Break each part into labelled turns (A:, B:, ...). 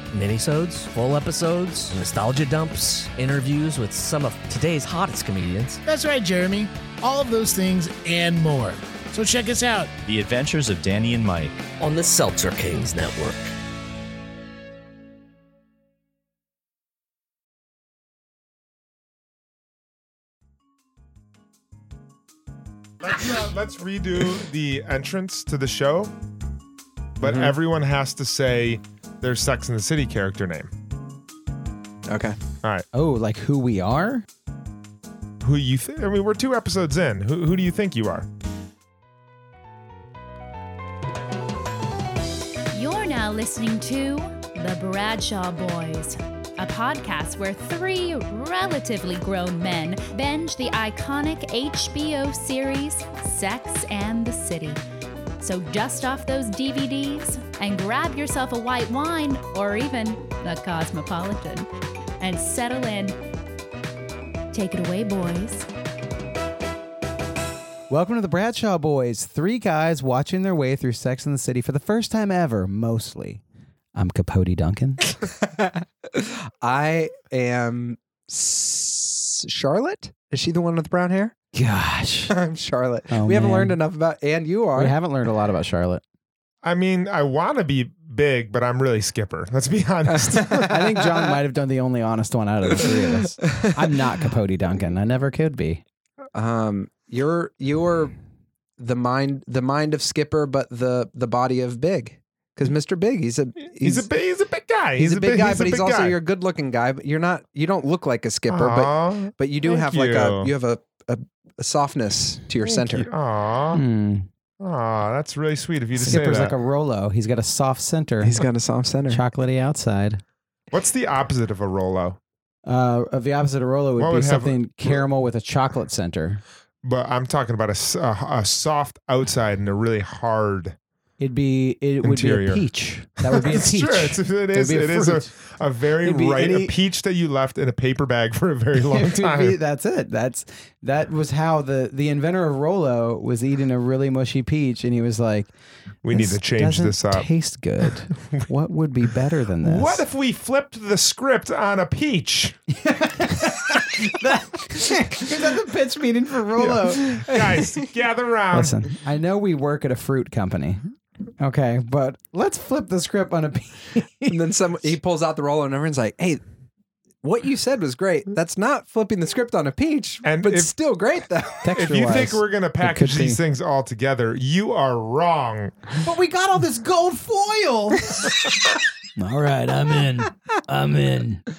A: minisodes, full episodes, nostalgia dumps, interviews with some of today's hottest comedians.
B: That's right, Jeremy. All of those things and more. So check us out.
C: The Adventures of Danny and Mike.
A: on the Seltzer Kings Network.
D: Yeah, let's redo the entrance to the show, but
E: Mm-hmm.
D: everyone has to say their Sex in the City character name.
F: Okay.
D: All right,
F: Oh, like who we are?
D: who you think? I mean, we're two episodes in. Who who do you think you are?
G: You're now listening to The Bradshaw Boys, a podcast where three relatively grown men binge the iconic HBO series Sex and the City. So dust off those DVDs and grab yourself a white wine or even a cosmopolitan and settle in. Take it away, boys.
F: Welcome to the Bradshaw Boys, three guys watching their way through Sex in the City for the first time ever, mostly. I'm Capote Duncan.
E: I am S- Charlotte. Is she the one with brown hair?
F: Gosh.
E: I'm Charlotte.
F: Oh,
E: we haven't
F: man.
E: learned enough about, and you are.
F: We haven't learned a lot about Charlotte.
D: I mean, I want to be big, but I'm really Skipper. Let's be honest.
F: I think John might have done the only honest one out of the three of us. I'm not Capote Duncan. I never could be.
E: Um, you're you're the mind the mind of Skipper, but the the body of Big. Because Mr. Big, he's a
D: he's, a big, he's a big guy.
E: he's, a big guy, but he's also
D: guy.
E: you're a good looking guy. But you're not you don't look like a Skipper, but
D: Aw,
E: but you do
D: thank
E: have like a
D: you.
E: you have a a, a softness to your
D: thank
E: center.
D: you. Aw,
F: Hmm.
D: aw, that's really sweet of you to
F: Skipper's
D: say that.
F: like a Rolo. He's got a soft center,
E: He's got a soft center.
F: chocolatey outside.
D: What's the opposite of a Rolo?
F: Uh, of the opposite of Rolo would
D: What
F: be
D: would have-
F: something caramel with a chocolate center.
D: But I'm talking about a, s- a- a soft outside and a really hard.
F: It'd be it would
D: Interior.
F: be a peach. That would be a
D: It's
F: peach.
D: True. It's, it
F: It'd
D: is.
F: be a
D: It is a,
F: fruit.
D: a very
F: It'd be
D: right
F: any-
D: a peach that you left in a paper bag for a very long
F: It would be-
D: time.
F: that's it. That's that was how the the inventor of Rolo was eating a really mushy peach, and he was like,
D: We need to change
F: doesn't
D: this up."
F: Taste good. what would be better than this?
D: What if we flipped the script on a peach,
F: is that the pitch meeting for Rolo?
D: guys? gather around.
F: Listen, I know we work at a fruit company. Okay, but let's flip the script on a peach.
E: And then some he pulls out the roller and everyone's like, "Hey, what you said was great.
F: Mm-hmm.
E: That's not flipping the script on a peach,
D: And
E: but
D: if-
E: still great though."
D: If you think we're gonna package
F: could
D: these
F: be.
D: things all together, you are wrong.
F: but we got all this gold foil. all right, I'm in. I'm in.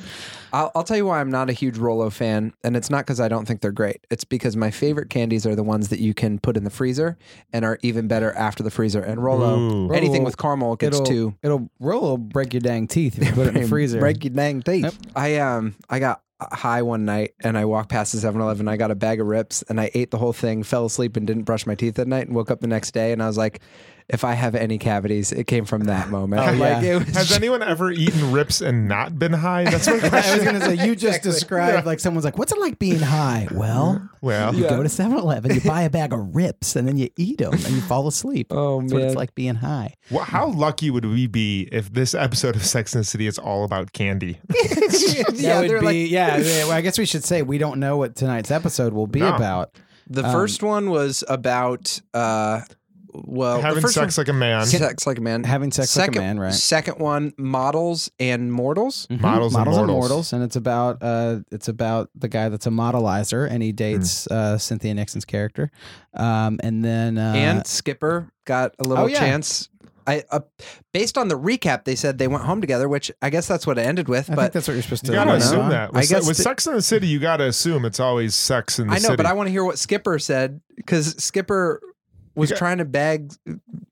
E: I'll, I'll tell you why I'm not a huge Rolo fan, and it's not because I don't think they're great. It's because my favorite candies are the ones that you can put in the freezer and are even better after the freezer. And Rolo,
D: Ooh.
E: anything
F: Rolo,
E: with caramel gets
F: it'll,
E: too
F: It'll Rolo will break your dang teeth if you put it in the freezer.
E: Break your dang teeth.
F: Yep.
E: I um I got high one night and I walked past the 7-Eleven. I got a bag of rips and I ate the whole thing, fell asleep and didn't brush my teeth at night and woke up the next day and I was like, if I have any cavities, it came from that moment.
F: Oh,
E: like
F: yeah.
E: it was
D: Has anyone ever eaten rips and not been high? That's my
F: I was
D: question.
F: gonna say you just described like someone's like, "What's it like being high?" Well,
D: Well,
F: you go to 7-Eleven, you buy a bag of rips, and then you eat them, and you fall asleep.
E: Oh,
F: That's what it's
E: man.
F: like being high.
D: wh- how lucky would we be if this episode of Sex and the City is all about candy?
E: yeah,
F: that would
E: they're
F: be
E: like
F: yeah. yeah, well, I guess we should say we don't know what tonight's episode will be
D: No.
F: about.
E: the first one was about uh well the
D: Having
E: first
D: sex
E: one,
D: like a man.
E: sex like a man.
F: Having sex like a
E: second,
F: man, right.
E: Second one, models and mortals.
D: Mm-hmm. Models and
F: and
D: Mortals.
F: mortals, and it's about uh, it's about the guy that's a modelizer, and
D: Hmm.
F: he dates uh, Cynthia Nixon's character, um, and then uh,
E: and Skipper got a little
F: Oh, yeah.
E: chance. I uh, based on the recap, they said they went home together, which I guess that's what it ended with.
F: I think
E: but
F: that's what you're supposed to.
D: You gotta
E: don't
F: lean
D: assume
F: on.
D: that.
E: I
D: With, se-
E: guess
D: with
E: the-
D: Sex in the City, you gotta assume it's always sex in the
E: I know,
D: city.
E: but I want to hear what Skipper said because Skipper was
D: got-
E: trying to bag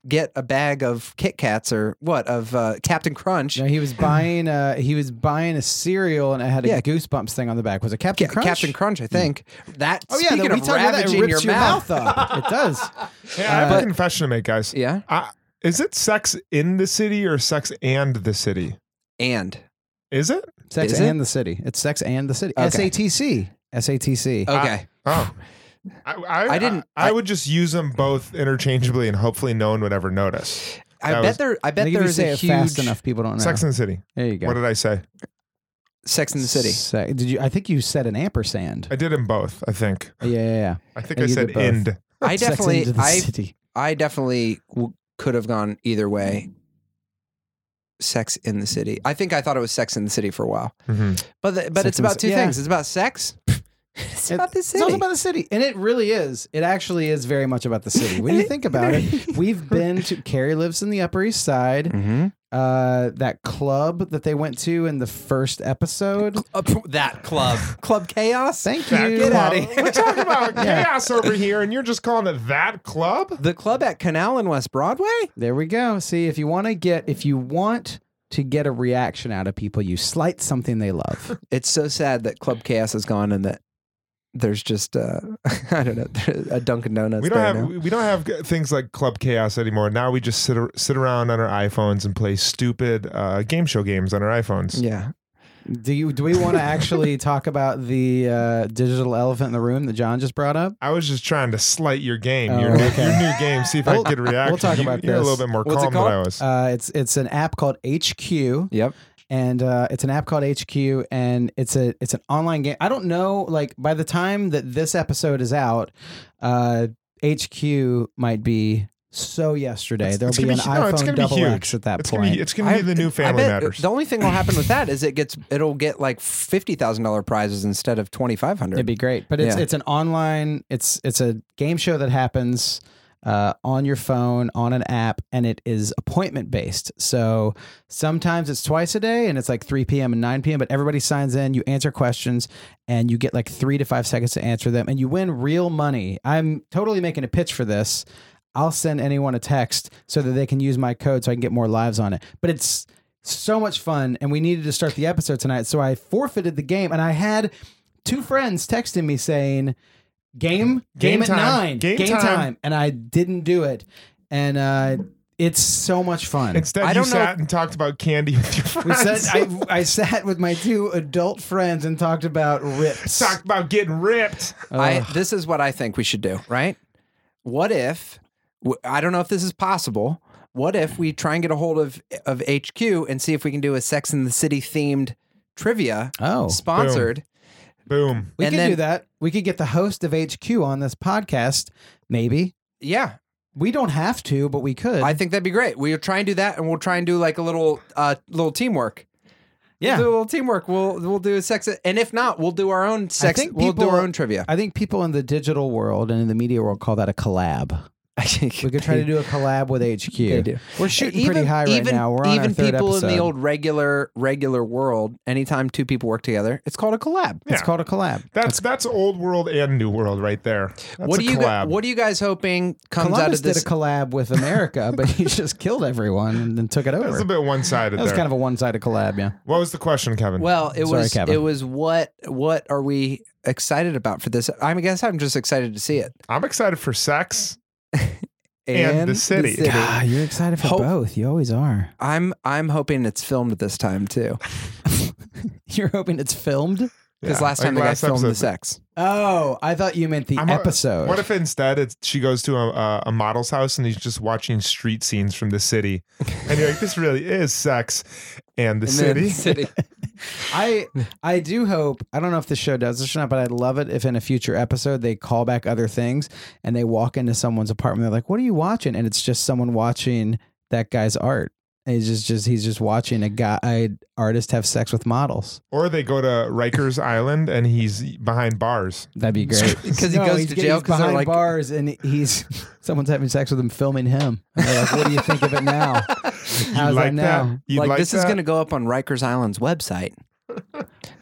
E: get a bag of Kit Kats or what of uh, Captain Crunch.
F: No, he was buying a he was buying a cereal and it had a
E: Yeah.
F: goosebumps thing on the back. Was it
E: Ca-
F: Captain Crunch? Hmm.
E: Captain Crunch, I think. That
F: Oh yeah,
E: speaking
F: that we
E: of
F: talked about that, it
E: ravaging
F: rips your, mouth. up. It does.
D: Hey, I have
E: Uh,
D: a confession to make, guys.
E: Yeah,
D: I, is it sex in the city or sex and the city?
E: and
D: Is it?
F: Sex
E: Is it?
F: and the city. It's sex and the city.
E: Okay. Uh,
F: SATC. SATC.
E: okay,
D: Oh. I, I,
E: I didn't-
D: I, I would just use them both interchangeably, and hopefully, no one would ever notice.
E: I
D: that
E: bet
D: was-
E: there. I
F: I
E: bet
F: think if
E: there
F: you
E: is
F: say
E: a
F: it
E: huge
F: fast enough, people don't know.
D: Sex and the City.
F: there you go.
D: What did I say?
E: Sex in the City.
F: Se- did you? I think you said an ampersand.
D: I did them both. I think.
F: yeah, yeah, yeah.
D: I think
F: Yeah,
D: I
F: you
D: said
F: did both.
D: end.
E: I
F: Sex
E: definitely-
F: into the
E: I-
F: city.
E: I definitely w- could have gone either way. Sex in the City. I think I thought it was Sex in the City for a while,
D: Mhm.
E: but the, but
F: Sex
E: it's
F: in the
E: about
F: Ci-
E: two
F: yeah.
E: things. It's about sex. it's
F: It-
E: about the
F: It's
E: city.
F: also about the city, and it really is. It actually is very much about the city. When you think about it, we've been to Carrie lives in the Upper East Side.
E: mm-hmm.
F: Uh, that club that they went to in the first episode.
E: that club, Club Chaos.
F: Thank
D: That
F: you.
D: club.
E: outta here.
D: We're talking about chaos over here, and you're just calling it that club?
E: the club at Canal and West Broadway.
F: There we go. See, if you want to get, if you want to get a reaction out of people, you slight something they love.
E: It's so sad that Club Chaos is gone and that there's just uh, I don't know a Dunkin' Donuts.
D: we don't
E: there
D: have
E: now.
D: we don't have g- things like Club Chaos anymore. Now we just sit ar- sit around on our iPhones and play stupid uh, game show games on our iPhones.
E: Yeah.
F: Do you? Do we want to actually talk about the uh, digital elephant in the room that John just brought up?
D: I was just trying to slight your game,
F: Oh,
D: your, new-
F: okay.
D: your new game. See if I
F: We'll-
D: could get a reaction.
F: we'll talk
D: you,
F: about
D: You're a
F: this.
D: little bit more
E: What's it
D: calm than I
E: called?
D: was.
F: Uh, it's it's an app called HQ.
E: Yep.
F: and uh, it's an app called HQ, and it's a it's an online game. I don't know, like by the time that this episode is out, uh, HQ might be so yesterday.
D: It's-
F: There'll
D: it's
F: be
D: gonna
F: an
D: be hu- no, it's
F: iPhone
D: gonna be
F: double
D: huge.
F: X at that
D: it's
F: point.
D: gonna be it's gonna be the new
E: I
D: Family
E: bet
D: Matters.
E: The only thing will happen with that is it gets it'll get like fifty thousand dollar prizes instead of twenty five
F: It'd
E: hundred.
F: be great, but it's
E: Yeah.
F: it's an online it's it's a game show that happens uh, on your phone on an app, and it is appointment based. So sometimes it's twice a day, and it's like three p.m. and nine p.m. But everybody signs in, you answer questions, and you get like three to five seconds to answer them, and you win real money. I'm totally making a pitch for this. I'll send anyone a text so that they can use my code so I can get more lives on it. But it's so much fun, and we needed to start the episode tonight, so I forfeited the game, and I had two friends texting me saying, "Game, game,
D: Game
F: at
D: time.
F: nine,
D: Game time."
F: and I didn't do it, and uh, it's so much fun.
D: Instead,
E: I
D: you
E: don't know
D: sat and talked about candy with your friends.
F: we said I, I sat with my two adult friends and talked about rips.
D: talked about getting ripped.
E: I this is what I think we should do. Right? What if w- I don't know if this is possible? What if we try and get a hold of of HQ and see if we can do a Sex in the City themed trivia
F: Oh,
E: sponsored?
D: Boom.
F: we
E: And
F: could
E: then-
F: do that. We could get the host of HQ on this podcast, maybe.
E: Yeah,
F: We don't have to, but we could.
E: I think that'd be great. We'll try and do that, and we'll try and do like a little uh little teamwork.
F: yeah.
E: We'll do a little teamwork. We'll we'll do a sex, and if not, we'll do our own sex.
F: think
E: we'll do
F: people-
E: our own trivia.
F: I think people in the digital world and in the media world call that a collab. We could try to do a collab with HQ.
E: They do.
F: We're shooting
E: even,
F: pretty high right
E: even,
F: now. We're on
E: even
F: our third
E: people
F: episode.
E: in the old regular regular world. Anytime two people work together, it's called a collab.
F: It's
D: Yeah.
F: called a collab.
D: That's that's old world and new world right there. That's
E: what
D: a
E: do you gu-
D: collab.
E: What are you guys hoping comes out
F: Columbus
E: of this?
F: did a collab with America, but he just killed everyone and then took it over.
D: That's a bit one sided
F: that was
D: there.
F: kind of a one-sided collab, yeah.
D: what was the question, Kevin?
E: well, it
F: Sorry,
E: was
F: Kevin.
E: it was what what are we excited about for this? I mean, I guess I'm just excited to see it
D: I'm excited for sex. And the city.
F: Ah, you're excited for
E: Hope-
F: both. You always are.
E: I'm I'm hoping it's filmed this time too.
F: You're hoping it's filmed?
E: Because
D: Yeah,
E: last
D: like
E: time they got
D: last
E: filmed the
D: episode.
E: sex.
F: Oh, I thought you meant the
D: I'm a-
F: episode.
D: What if instead it's, she goes to a, a, a model's house and he's just watching street scenes from the city, and you're like, this really is sex and the city.
F: I I do hope I don't know if the show does this or not, but I'd love it if in a future episode they call back other things and they walk into someone's apartment. They're like, "What are you watching?" And it's just someone watching that guy's art. And He's just just he's just watching a guy a artist have sex with models.
D: Or they go to Rikers Island and he's behind bars.
F: That'd be great.
E: 'Cause he goes
F: he's
E: to
F: getting-
E: jail
F: he's
E: 'cause they're
F: behind
E: like-
F: bars and he's someone's having sex with him, filming him. And they're like, "What do you think of it now?"
D: You
F: How's that
D: like
F: now?
D: that? You
E: like, this is
D: that?
E: going to go up on Rikers Island's website.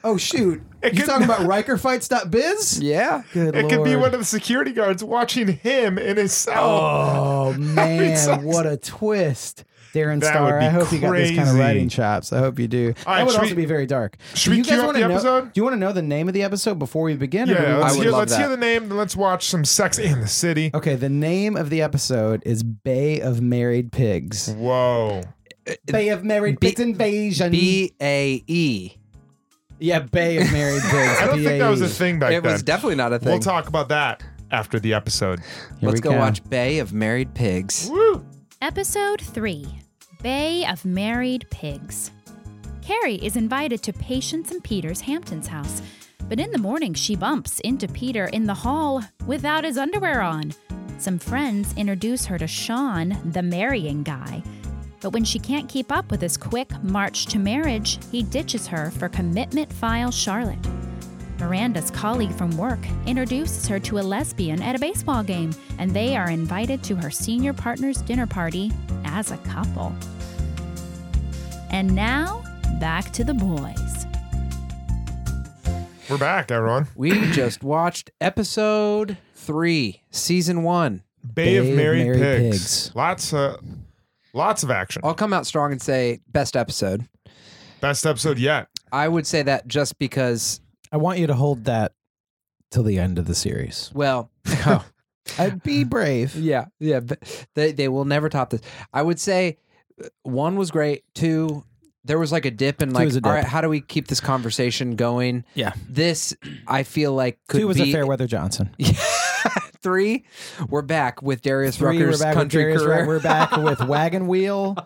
F: Oh shoot!
D: It
F: You
D: could-
F: talking about RikerFights.biz?
E: Yeah.
F: Good
D: It
F: lord!
D: could be one of the security guards watching him in his cell.
F: Oh man,
D: sucks.
F: what a twist! Darren
D: That would
F: Star,
D: be
F: I hope you got this kind of
D: crazy.
F: writing chops. I hope you do.
D: All right,
F: that would
D: should
F: also
D: we-
F: be very dark.
D: should
F: do
D: we
F: you guys
D: queue up
F: wanna
D: the
F: know,
D: episode?
F: Do you want to know the name of the episode before we begin? or do we-
D: yeah,
E: I
D: let's,
E: would
D: hear,
E: love
D: let's hear
E: that.
D: the name, then let's watch some sex in the city.
F: Okay, the name of the episode is Bay of Married Pigs.
D: Whoa.
F: Bay of Married
E: B-
F: Pigs Invasion.
E: B A E.
F: yeah, Bay of Married Pigs. E.
D: I don't think that was a
F: BAE.
D: thing back
E: It
D: then.
E: was definitely not a thing.
D: We'll talk about that after the episode.
F: Here
E: Let's
F: we
E: go
F: go.
E: watch Bay of Married Pigs.
D: Woo!
G: Episode 3 Bay of Married Pigs. Carrie is invited to Patience and Peter's Hampton's house, but in the morning she bumps into Peter in the hall without his underwear on. Some friends introduce her to Sean, the marrying guy. But when she can't keep up with his quick march to marriage, he ditches her for commitment file Charlotte. Miranda's colleague from work introduces her to a lesbian at a baseball game, and they are invited to her senior partner's dinner party as a couple. And now, back to the boys.
D: We're back, everyone.
E: We just watched episode three, season one.
D: Bay, of Married,
F: Married
D: Pigs.
F: Pigs. Oh.
D: Lots of lots of action.
E: I'll come out strong and say best episode.
D: Best episode yet.
E: I would say that just because,
F: I want you to hold that till the end of the series.
E: well,
F: Oh. I'd Uh, be brave.
E: yeah, yeah, but they they will never top this. I would say uh, one was great. Two, there was like a dip in like,
F: was a
E: all
F: dip.
E: right, how do we keep this conversation going?
F: Yeah.
E: this I feel like could
F: Two was
E: be
F: a Fairweather Johnson.
E: three. We're back with Darius
F: Three,
E: Rucker's
F: we're back
E: country
F: with Darius
E: career.
F: Rucker. We're back with Wagon Wheel,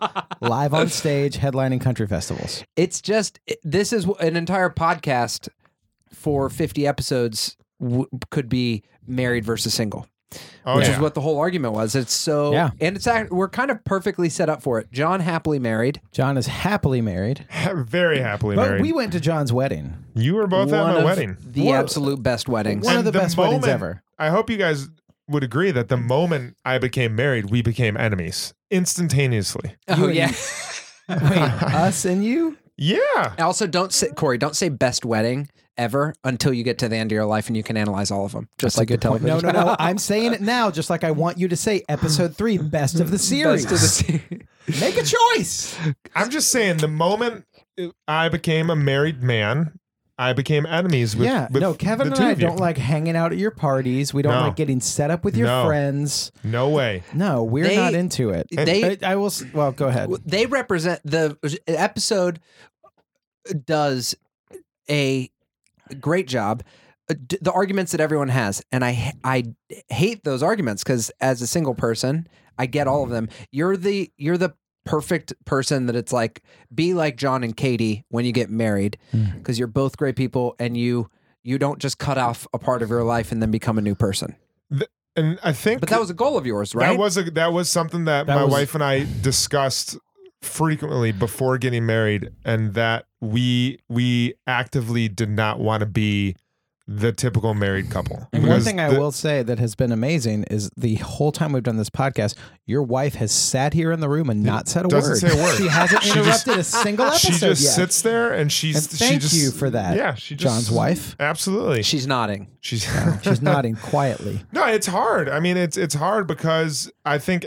F: live on stage, headlining country festivals.
E: it's just it- this is wh- an entire podcast for 50 episodes w- could be married versus single
D: Oh,
E: which
D: yeah.
E: is what the whole argument was it's so
F: Yeah.
E: and it's act- we're kind of perfectly set up for it john happily married
F: John is happily married,
D: Very happily
F: but
D: married.
F: we went to John's wedding.
D: you were both at
E: one
D: my
E: of
D: wedding.
E: the
F: Whoa.
E: absolute best weddings
F: One of
D: And
F: the best weddings
D: moment-
F: ever.
D: I hope you guys would agree that the moment I became married, we became enemies instantaneously.
E: oh yeah
F: Wait, us and you?
D: Yeah.
E: also don't say corey don't say best wedding ever until you get to the end of your life and you can analyze all of them just like a television
F: No, no, no. I'm saying it now, just like I want you to say episode three, best of the series.
E: Best of the se-
F: Make a choice.
D: I'm just saying, the moment I became a married man, I became enemies with.
F: yeah,
D: with
F: no, Kevin
D: the
F: and
D: two
F: I
D: of you.
F: don't like hanging out at your parties. We don't
D: No.
F: like getting set up with your
D: No.
F: friends.
D: No way.
F: No, we're
E: They-
F: not into it.
E: they-
F: I, I will. s- Well, go ahead.
E: they represent the uh, episode uh, does a great job uh, d- the arguments that everyone has and i i hate those arguments cuz as a single person i get all of them you're the you're the perfect person that it's like be like John and Katie when you get married cuz you're both great people and you you don't just cut off a part of your life and then become a new person
D: And I think
E: but that was a goal of yours right
D: That was a that was something that,
F: That
D: my
F: was-
D: wife and I discussed frequently before getting married, and that we we actively did not want to be the typical married couple.
F: And one
D: Because
F: thing I
D: the-
F: will say that has been amazing is the whole time we've done this podcast, your wife has sat here in the room and not said a
D: doesn't
F: word.
D: say a word.
F: She hasn't
D: She just-
F: interrupted a single episode
D: She just
F: yet.
D: sits there and she's
F: And
D: she
F: thank
D: just
F: you for that,
D: Yeah, she just,
F: John's wife.
D: Absolutely.
E: she's nodding
D: She's
F: She's nodding quietly.
D: No, it's hard. I mean, it's it's hard because I think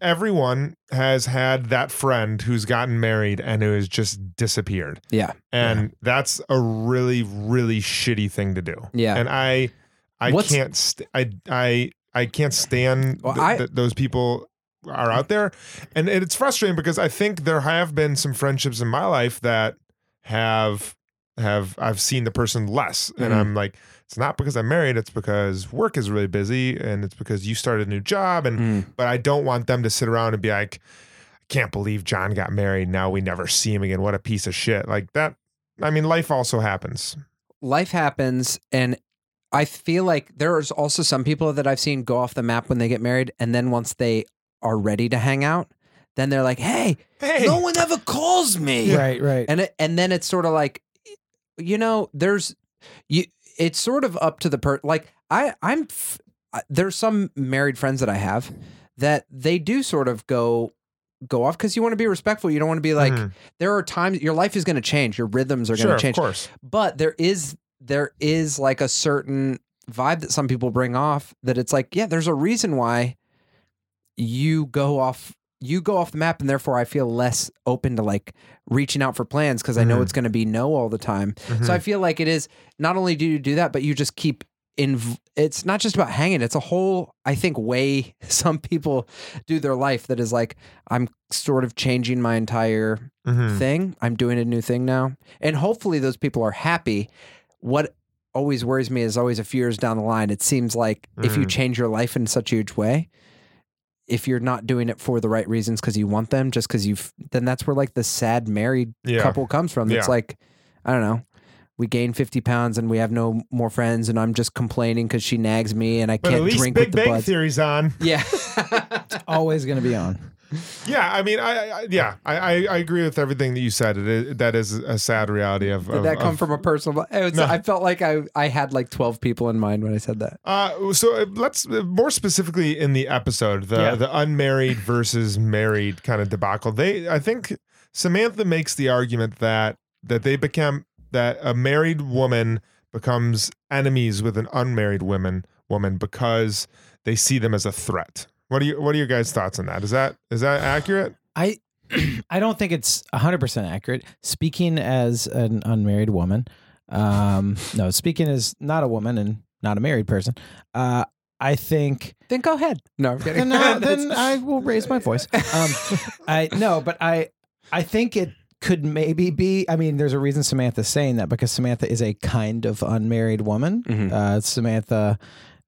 D: everyone has had that friend who's gotten married and who has just disappeared.
E: yeah
D: and that's a really really shitty thing to do.
E: Yeah.
D: and I I
E: What's-
D: can't st- I I I can't stand
E: Well,
D: th-
E: I-
D: that those people are out there, and it's frustrating because I think there have been some friendships in my life that have have I've seen the person less, and
E: Mhm.
D: I'm like. It's not because I'm married. It's because work is really busy, and it's because you started a new job. And
E: Mm.
D: but I don't want them to sit around and be like, I can't believe John got married. Now we never see him again. What a piece of shit. Like that. I mean, life also happens.
E: life happens and I feel like there's also some people that I've seen go off the map when they get married and then once they are ready to hang out, then they're like, "Hey,
D: Hey,
E: no one ever calls me."
F: Right, right.
E: And it, and then it's sort of like you know, there's you it's sort of up to the per like I I'm f- I- there's some married friends that I have that they do sort of go go off because you want to be respectful. You don't want to be like,
D: Mhm.
E: there are times your life is going to change, your rhythms are going
D: sure,
E: to change.
D: of course.
E: But there is there is like a certain vibe that some people bring off that it's like, yeah, there's a reason why you go off you go off the map and therefore I feel less open to like reaching out for plans because I know
D: Mhm.
E: it's going to be no all the time.
D: Mm-hmm.
E: So I feel like it is not only do you do that, but you just keep in. It's not just about hanging. It's a whole, I think, way some people do their life that is like I'm sort of changing my entire
D: Mhm.
E: thing. I'm doing a new thing now, and hopefully those people are happy. What always worries me is always a few years down the line. It seems like if you
D: Mm.
E: change your life in such a huge way. If you're not doing it for the right reasons because you want them, just because you've, then that's where like the sad married
D: yeah.
E: couple comes from. It's
D: Yeah.
E: like, I don't know. We gain 50 pounds and we have no more friends, and I'm just complaining because she nags me and I
D: but at
E: can't
D: least
E: drink
D: Big
E: with the
D: Bang
E: buds.
D: Theory's on.
E: Yeah.
F: Always going to be on.
D: Yeah, I mean, I, I yeah, I, I, I agree with everything that you said. It is, that is a sad reality of.
E: Did
D: of-
E: that come
D: of-
E: from a personal? It was,
D: No.
E: I felt like I, I had like 12 people in mind when I said that.
D: Uh, so uh, let's uh, more specifically in the episode the
A: Yeah.
D: the unmarried versus married kind of debacle. They I think Samantha makes the argument that that they become that a married woman becomes enemies with an unmarried woman woman because they see them as a threat. What are you What are your guys' thoughts on that? Is that is that accurate?
F: I I don't think it's 100% accurate. Speaking as an unmarried woman, um, no, speaking as not a woman and not a married person, uh, I think
E: Then go ahead. No, I'm kidding.
F: then, I, then I will raise my voice. Um, I no, but I I think it could maybe be. I mean, there's a reason Samantha's saying that because Samantha is a kind of unmarried woman.
E: Mhm.
F: Uh, Samantha,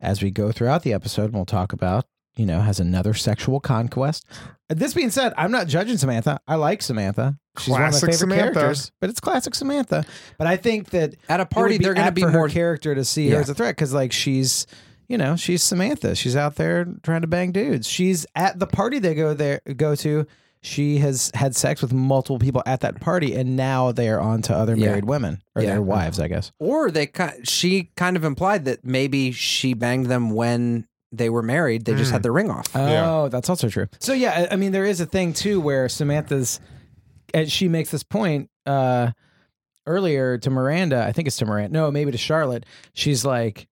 F: as we go throughout the episode, we'll talk about. You know, has another sexual conquest. Uh, This being said, I'm not judging Samantha. I like Samantha. She's one
D: Classic
F: of my favorite
D: Samantha.
F: characters, but it's classic Samantha. But I think that
E: At a party, they're going to
F: apt
E: be
F: for
E: more.
F: her character to see
E: Yeah.
F: her as a threat because like she's you know she's Samantha she's out there trying to bang dudes she's at the party they go there go to she has had sex with multiple people at that party and now they are on to other
E: Yeah.
F: married women or
E: Yeah.
F: their wives I guess
E: or they ki- she kind of implied that maybe she banged them when they were married. They just
D: Mm.
E: had their ring off.
F: oh
D: Yeah.
F: that's also true so yeah I, I mean there is a thing too where Samantha's and she makes this point uh earlier to Miranda I think it's to Miranda no maybe to Charlotte she's like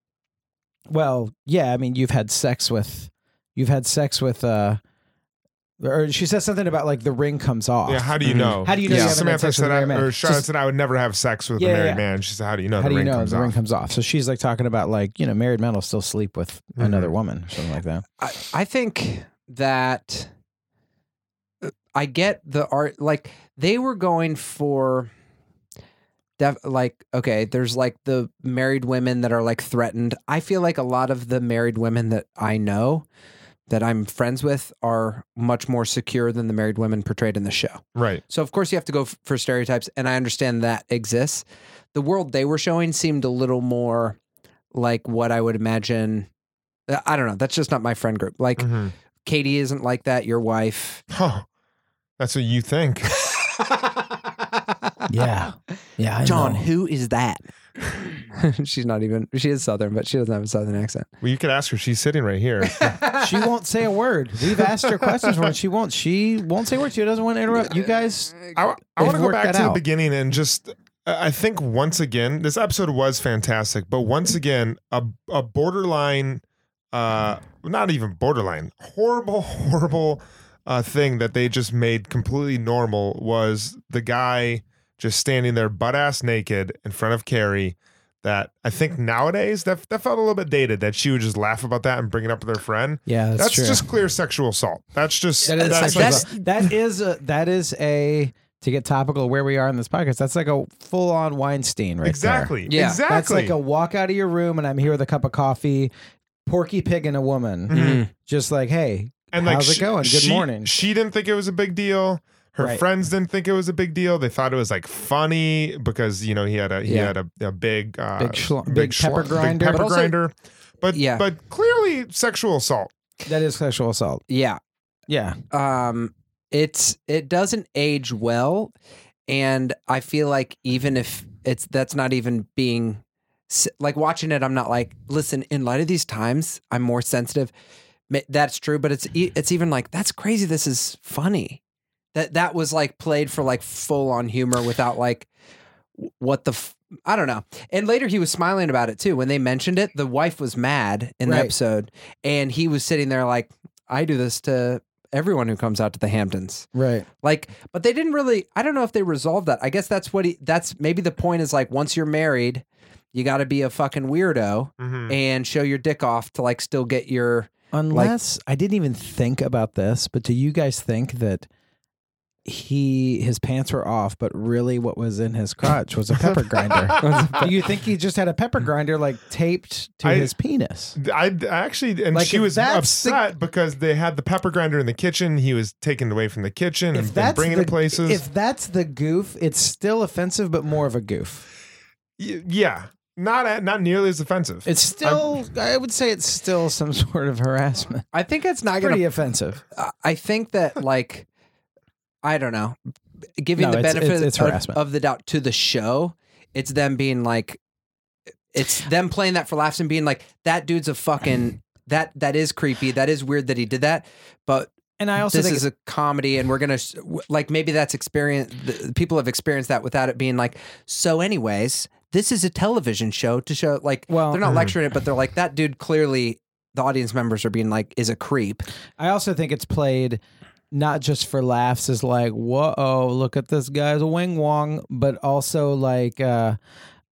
F: well yeah i mean you've had sex with you've had sex with uh or she says something about like the ring comes off
D: Yeah, how do you
E: Mhm.
D: know?
F: How do you know
D: Yeah.
F: you haven't had
D: Samantha
F: sex with
D: said,
F: a
D: I,
F: married man?
D: or Charlotte
F: Just-
D: said, I would never have sex with
F: Yeah,
D: a married
F: yeah.
D: man. She said, How do you know?
F: how
D: the
F: do you
D: ring
F: know
D: comes
F: the
D: off.
F: ring comes off so she's like talking about like you know married men will still sleep with
D: Mm-hmm.
F: another woman or something like that
E: I, I think that uh, I get the art. Like they were going for, def, like okay, there's like the married women that are like threatened. I feel like a lot of the married women that I know, that I'm friends with, are much more secure than the married women portrayed in the show.
D: Right.
E: So of course you have to go f- for stereotypes, and I understand that exists. The world they were showing seemed a little more like what I would imagine. uh, I- I don't know. That's just not my friend group. Like
F: Mm-hmm.
D: Mhm.
E: Katie isn't like that. Your wife.
D: Huh. That's what you think.
F: yeah yeah I
E: John,
F: know.
E: who is that? She's not even. She is southern, but she doesn't have a southern accent.
D: Well, you could ask her. She's sitting right here.
F: she won't say a word we've asked her questions for her and she won't she won't say a word she doesn't want to interrupt you guys
D: I,
F: They've
D: want to go
F: worked
D: back
F: that
D: to the
F: out.
D: beginning and just. I I think once again, this episode was fantastic, but once again, a a borderline, uh, not even borderline, horrible, horrible, uh, thing that they just made completely normal was the guy just standing there butt ass naked in front of Carrie. That I think nowadays that that felt a little bit dated that she would just laugh about that and bring it up with her friend.
F: yeah
D: That's,
F: true.
D: just clear sexual assault. That's just
F: That is
D: that's
F: sexual
D: just-
F: assault. that is a that is a to get topical of where we are in this podcast. That's like a full on Weinstein right there.
D: exactly
E: Yeah, that's
D: exactly.
F: That's like a walk out of your room and I'm here with a cup of coffee, Porky Pig and a woman,
D: Mhm.
F: just like hey,
D: And
F: how's
D: sh-
F: it going? Good
D: she-
F: morning.
D: She didn't think it was a big deal. Her
F: Right.
D: friends didn't think it was a big deal. They thought it was like funny because you know he had a he
E: Yeah.
D: had a, a big uh,
F: Big schl- big pepper grinder.
D: pepper
E: But also-
D: grinder. But
E: Yeah.
D: but clearly sexual assault.
F: that is sexual assault.
E: Yeah,
F: Yeah,
E: um it's it doesn't age well and i feel like even if it's that's not even being s- like watching it i'm not like listen in light of these times i'm more sensitive Ma- that's true but it's e- it's even like that's crazy this is funny that that was like played for like full on humor without like w- what the f- I don't know. And later he was smiling about it too when they mentioned it. The wife was mad in the
F: Right.
E: episode, and he was sitting there like, "I do this to everyone who comes out to the Hamptons."
F: Right.
E: Like, but they didn't really. I don't know if they resolved that. I guess that's what he. That's maybe the point is like once you're married, you got to be a fucking weirdo
F: Mm-hmm.
D: Mhm.
E: and show your dick off to like still get your.
F: Unless I didn't even think about this, but do you guys think that he his pants were off, but really what was in his crotch was a pepper grinder? do you think he just had a pepper grinder like taped to
D: I-
F: his penis?
D: I, I actually, and
F: Like,
D: she
F: if
D: was
F: that's the-
D: upset because they had the pepper grinder in the kitchen. He was taken away from the kitchen and been bringing
F: the,
D: it places.
F: if that's the goof, it's still offensive, but more of a goof.
D: Y- yeah, not a- not nearly as offensive.
F: It's still, i would say, it's still some sort of harassment.
E: I think it's not gonna
F: Pretty offensive.
E: I- I think that like I don't know, giving
F: No,
E: the
F: it's-
E: benefit
F: it's- it's
E: of,
F: harassment.
E: of the doubt to the show, it's them being like, it's them playing that for laughs and being like, that dude's a fucking that that is creepy. That is weird that he did that, but.
F: And I also
E: this
F: think
E: is a comedy, and we're gonna s- w- like maybe that's experience. The, people have experienced that without it being like. So, anyways, this is a television show to show like.
F: Well-
E: they're not
D: Mhm.
E: lecturing it, but they're like that dude. Clearly, the audience members are being like, is a creep.
F: I also think it's played not just for laughs as like, whoa, look at this guy's wing wong, but also like uh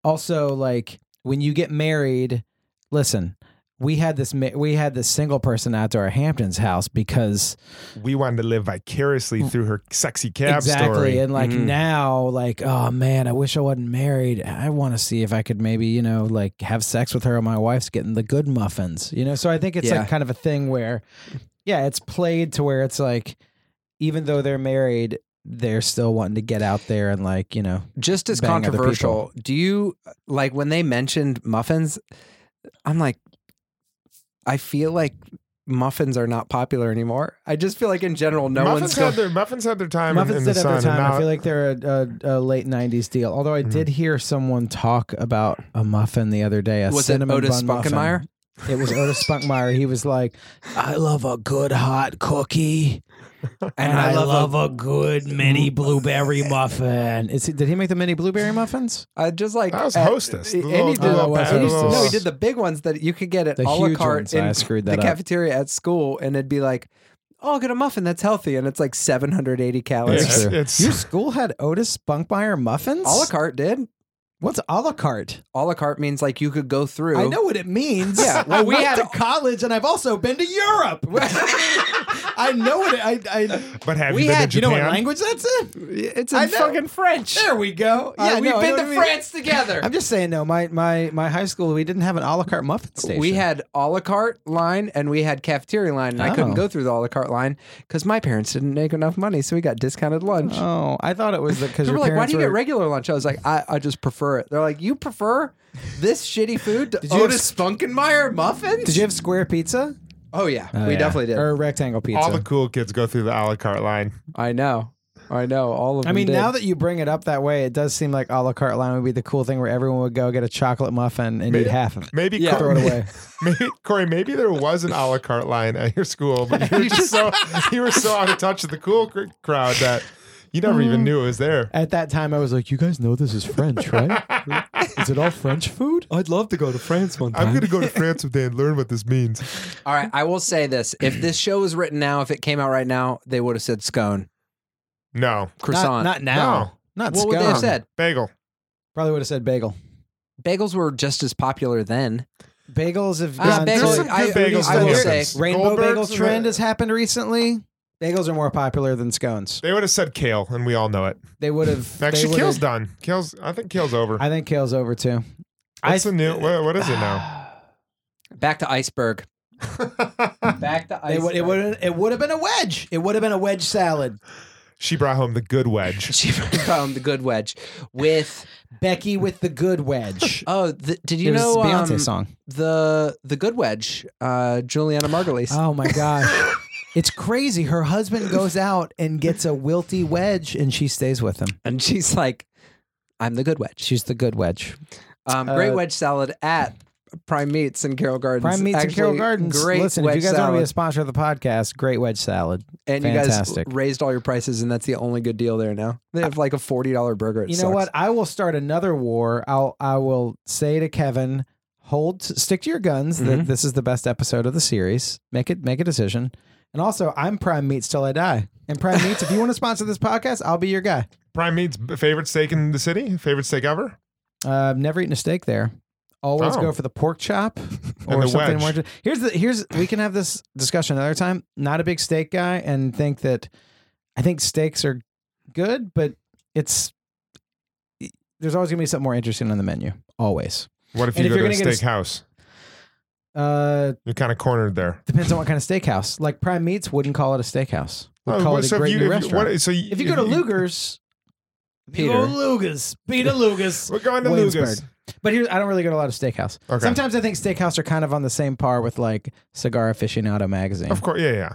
F: also like when you get married, listen, we had this ma- we had this single person out to our Hamptons house because
D: we wanted to live vicariously through her sexy cab
F: Mm. exactly
D: story. Mm-hmm.
F: and like
E: Mhm.
F: now like oh man, I wish I wasn't married. I want to see if I could maybe, you know, like have sex with her and my wife's getting the good muffins. You know, so I think it's
E: Yeah.
F: like kind of a thing where yeah, it's played to where it's like, even though they're married, they're still wanting to get out there and like, you know,
E: just as
F: bang other people.
E: controversial. Do you like when they mentioned muffins? I'm like, I feel like muffins are not popular anymore. I just feel like in general, no
D: muffins
E: one's
D: had
E: going.
D: their muffins had their time in, in
F: muffins
D: the Mm-hmm. sun.
F: did have
D: and
F: their time.
D: now-
F: I feel like they're a, a, a late '90s deal. Although I did hear someone talk about a muffin the other day. A
E: Was it
F: cinnamon
E: Otis
F: bun muffin.
E: Spunkenmeyer?
F: It was Otis Spunkmeyer. He was like, "I love a good hot cookie, and, I, love, a, good mini blueberry muffin." Is he, did he make the mini blueberry muffins?
E: I just like
D: That was
E: uh,
D: Hostess. The
E: And
D: little-
E: he
D: the
E: did,
D: little
F: was
D: pad-
E: he used to- no, he
F: Hostess.
E: did the big ones that you could get at
F: The
E: a la
F: huge
E: carte
F: ones.
E: in
F: I screwed that
E: the
F: up.
E: cafeteria at school, and it'd be like, "Oh, I'll get a muffin that's healthy," and it's like 780 calories.
F: That's
D: It's-
F: true.
D: it's-
F: Your school had Otis Spunkmeyer muffins.
E: A la carte did.
F: What's a la carte?
E: A la carte means like you could go through.
F: I know what it means.
E: Yeah, well,
F: I
E: we
F: went
E: had-
F: to college, and I've also been to Europe. I know what it. I, I
D: But have
F: we
D: you been
F: had.
D: to
F: you know
D: Japan?
F: what language that's in?
E: It's
F: I
E: in
F: know.
E: fucking French.
F: There we go.
E: Yeah,
F: I
E: we've
F: know, I
E: been
F: know what
E: to
F: I mean.
E: France together.
F: I'm just saying, no. My my my high school, we didn't have an a la carte muffin station.
E: We had a la carte line and we had cafeteria line, and I couldn't
F: Oh.
E: go through the a la carte line because my parents didn't make enough money, so we got discounted lunch.
F: Oh, I thought it was because
E: they
F: your
E: were like, "Why
F: parents
E: do you get
F: were-
E: regular lunch?" I was like, "I, I just prefer it." They're like, "You prefer this shitty food to
F: you have
E: Otis Spunkenmeyer muffins?"
F: Did you have Er, square pizza?
E: Oh yeah, we definitely did.
F: Or rectangle pizza.
D: All the cool kids go through the a la carte line.
E: I know, I know. All of
F: I mean,
E: them did.
F: now that you bring it up that way, it does seem like a la carte line would be the cool thing where everyone would go get a chocolate muffin and eat half of it.
D: Maybe
E: Yeah,
D: Cor-
F: throw it away.
D: Maybe, Corey, maybe there was an a la carte line at your school, but you were just so you were so out of touch with the cool cr- crowd that you never even knew it was there.
F: At that time, I was like, "You guys know this is French, right? is it all French food?"
E: I'd love to go to France one
D: I'm gonna go to France someday and learn what this means.
E: All right, I will say this: if this show was written now, if it came out right now, they would have said scone,
D: No,
E: croissant.
F: Not, not now. Not
E: what would they have
F: scone.
E: said?
D: bagel.
F: Probably would have said bagel.
E: Bagels were just as popular then.
F: Bagels have
E: Ah,
F: gone
E: bagel-
D: There's
F: through-
D: some good
E: I-
D: bagels.
F: I
D: in
F: will
D: Hamptons.
E: say,
F: Rainbow
D: Goldberg's
F: bagel
D: and the-
F: trend has happened recently. Bagels are more popular than scones.
D: They would have said kale, and we all know it.
F: They would have.
D: Actually,
F: they
D: kale's
F: would've-
D: done. Kale's. I think kale's over.
F: I think kale's over too.
D: What's the new? What, what is it now?
E: Back to iceberg. Back to
F: They
E: iceberg.
F: would, it would it would have been a wedge. It would have been a wedge salad.
D: she brought home the good wedge.
E: She found the good wedge with.
F: Becky with the good wedge.
E: Oh, the, did you
F: it was
E: know
F: a Beyonce
E: um,
F: song.
E: the the good wedge? Uh, Juliana Margulies.
F: Oh my gosh. It's crazy. Her husband goes out and gets a wilty wedge, and she stays with him.
E: and she's like, "I'm the good wedge."
F: She's the good wedge.
E: Um, great
F: uh,
E: wedge salad at Prime Meats in Carroll Gardens.
F: Prime Meats and Carroll
E: Actually,
F: Gardens.
E: Great
F: Listen, if
E: wedge
F: you guys
E: salad.
F: want to be a sponsor of the podcast, great wedge salad.
E: and you
F: Fantastic. Uh,
E: guys raised all your prices, and that's the only good deal there now. They have like a forty dollar burger. It
F: you know
E: sucks.
F: what? I will start another war. I'll I will say to Kevin, hold, stick to your guns. That
E: Mhm.
F: this is the best episode of the series. Make it make a decision. And also, I'm Prime Meats till I die. And Prime Meats, if you want to sponsor this podcast, I'll be your guy.
D: Prime Meat's b- favorite steak in the city, favorite steak ever.
F: Uh, I've never eaten a steak there. Always
D: Oh.
F: go for the pork chop or
D: the
F: something
D: wedge.
F: more. Here's the here's we can have this discussion another time. Not a big steak guy, and think that I think steaks are good, but it's there's always gonna be something more interesting on the menu. Always.
D: What if
F: And
D: you
F: if
D: go
F: you're
D: to a
F: gonna get a s-
D: steakhouse?
F: Uh,
D: You're kind of cornered there.
F: depends on what kind of steakhouse. Like Prime Meats wouldn't call it a steakhouse. Would
D: Oh,
F: call
D: what-
F: it
D: so
F: a great
D: you,
F: new
D: if, you- what-
F: restaurant.
D: so you,
F: if you go to Luger's,
A: You go
F: Peter,
A: Lugas. Peter Lugas.
D: we're going to
F: Williamsburg.
D: Lucas.
F: But here, I don't really go to a lot of steakhouse.
D: Okay.
F: Sometimes I think steakhouse are kind of on the same par with like Cigar Aficionado magazine.
D: Of course, yeah, yeah.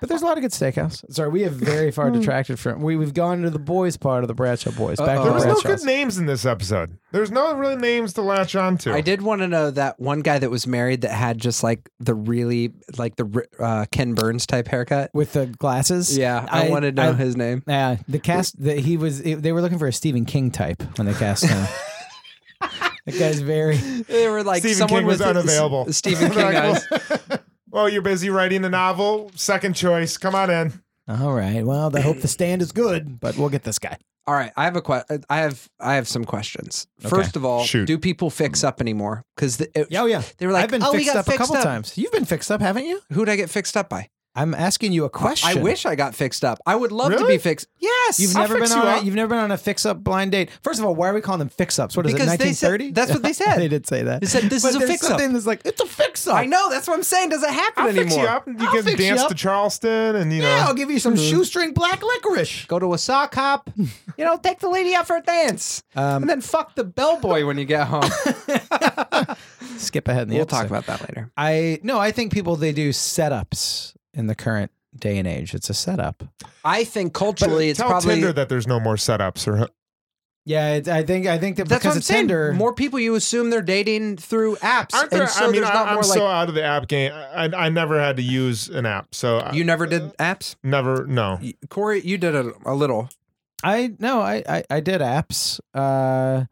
F: But there's a lot of good steakhouse. Sorry, we have very far detracted from. We we've gone to the boys part of the Bradshaw boys. Back to
E: Uh-oh.
F: the
D: There was no
F: Bradshaws.
D: good names in this episode. There's no really names to latch onto.
E: I did want to know that one guy that was married that had just like the really like the ri- uh, Ken Burns type haircut.
F: with the glasses.
E: Yeah, I, want to know
F: I-
E: his name.
F: Yeah, the cast that he was they were looking for a Stephen King type when they cast him. that guy's very
E: They were like
D: Stephen
E: someone
D: King was
E: with
D: unavailable.
E: S- Stephen King. eyes.
D: well, you're busy writing the novel. Second choice. Come on in.
F: all right. Well, I hope the stand is good, but we'll get this guy.
E: All right, I have a que- I have I have some questions.
F: Okay.
E: First of all,
D: Shoot.
E: do people fixed up anymore? Because
F: Oh yeah,
E: they were like,
F: I've been
E: "Oh, we
F: fixed
E: got
F: up
E: fixed
F: a couple
E: up."
F: times. You've been fixed up, haven't you?
E: who'd I get fixed up by?
F: I'm asking you a question.
E: I wish I got fixed up. I would love to
D: Really?
E: be fixed. Yes,
F: you've
E: I'll
F: never
E: fix
F: been
E: you
F: on.
E: up.
F: A, you've never been on a fix-up blind date. First of all, why are we calling them fix-ups? What is
E: Because
F: it?
E: they said-
F: 1930?
E: that's what they said.
F: they did say that.
E: They said, "This
F: But
E: is a
F: there's
E: fix-up."
F: Something that's like it's a fix-up.
E: I know that's what I'm saying. Doesn't happen
D: I'll
E: anymore.
D: fix you up. You
F: I'll
D: can
F: fix you
D: dance
F: up. Mm-hmm.
D: to Charleston, and you know.
F: Yeah, I'll give you some shoestring black licorice.
E: Go to a sock hop. You know, take the lady out for a dance,
F: Um,
E: and then fuck the bellboy when you get home.
F: Skip ahead. In the
E: we'll talk
F: episode.
E: about that later.
F: I no, I think people they do setups in the current day and age. It's a setup.
E: I think
D: But
E: culturally, it's
D: tell
E: probably
D: Tinder that there's no more setups or
F: Yeah, it, I think I think that
E: that's
F: because
E: what I'm
F: it's
E: saying.
F: Tinder.
E: More people you assume they're dating through apps,
D: Aren't there,
E: and so
D: I mean,
E: there's not
D: I,
E: more
D: am
E: like
D: so out of the app game. I, I never had to use an app, so uh, I-
E: you never did apps.
D: never. No,
E: Y- Corey, you did a, a little.
F: I no, I, I I did apps. Uh,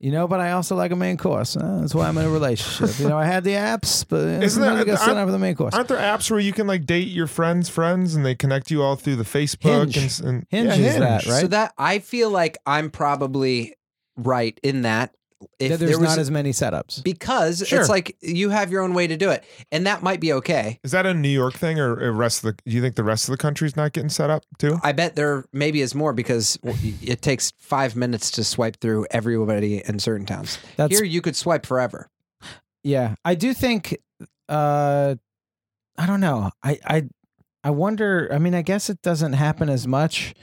F: you know, but I also like a main course. Uh, that's why I'm in a relationship. you know, I had the apps, but uh,
D: Isn't
F: sometimes
D: that-
F: you gotta sign
D: aren't-
F: up for the main course.
D: aren't there apps where you can like date your friends' friends, and they connect you all through the Facebook
F: Hinge.
D: and, s- and
F: Hinge
D: yeah,
F: is that right?
E: So that I feel like I'm probably right in that. If
F: That there's
E: there was
F: not as many setups.
E: because
F: Sure.
E: it's like you have your own way to do it, and that might be okay.
D: Is that a New York thing, or or rest of the? Do you think the rest of the country's not getting set up too?
E: I bet there maybe is more because it takes five minutes to swipe through everybody in certain towns.
F: That's
E: Here, you could swipe forever.
F: yeah. I do think. Uh, I don't know. I I I wonder. I mean, I guess it doesn't happen as much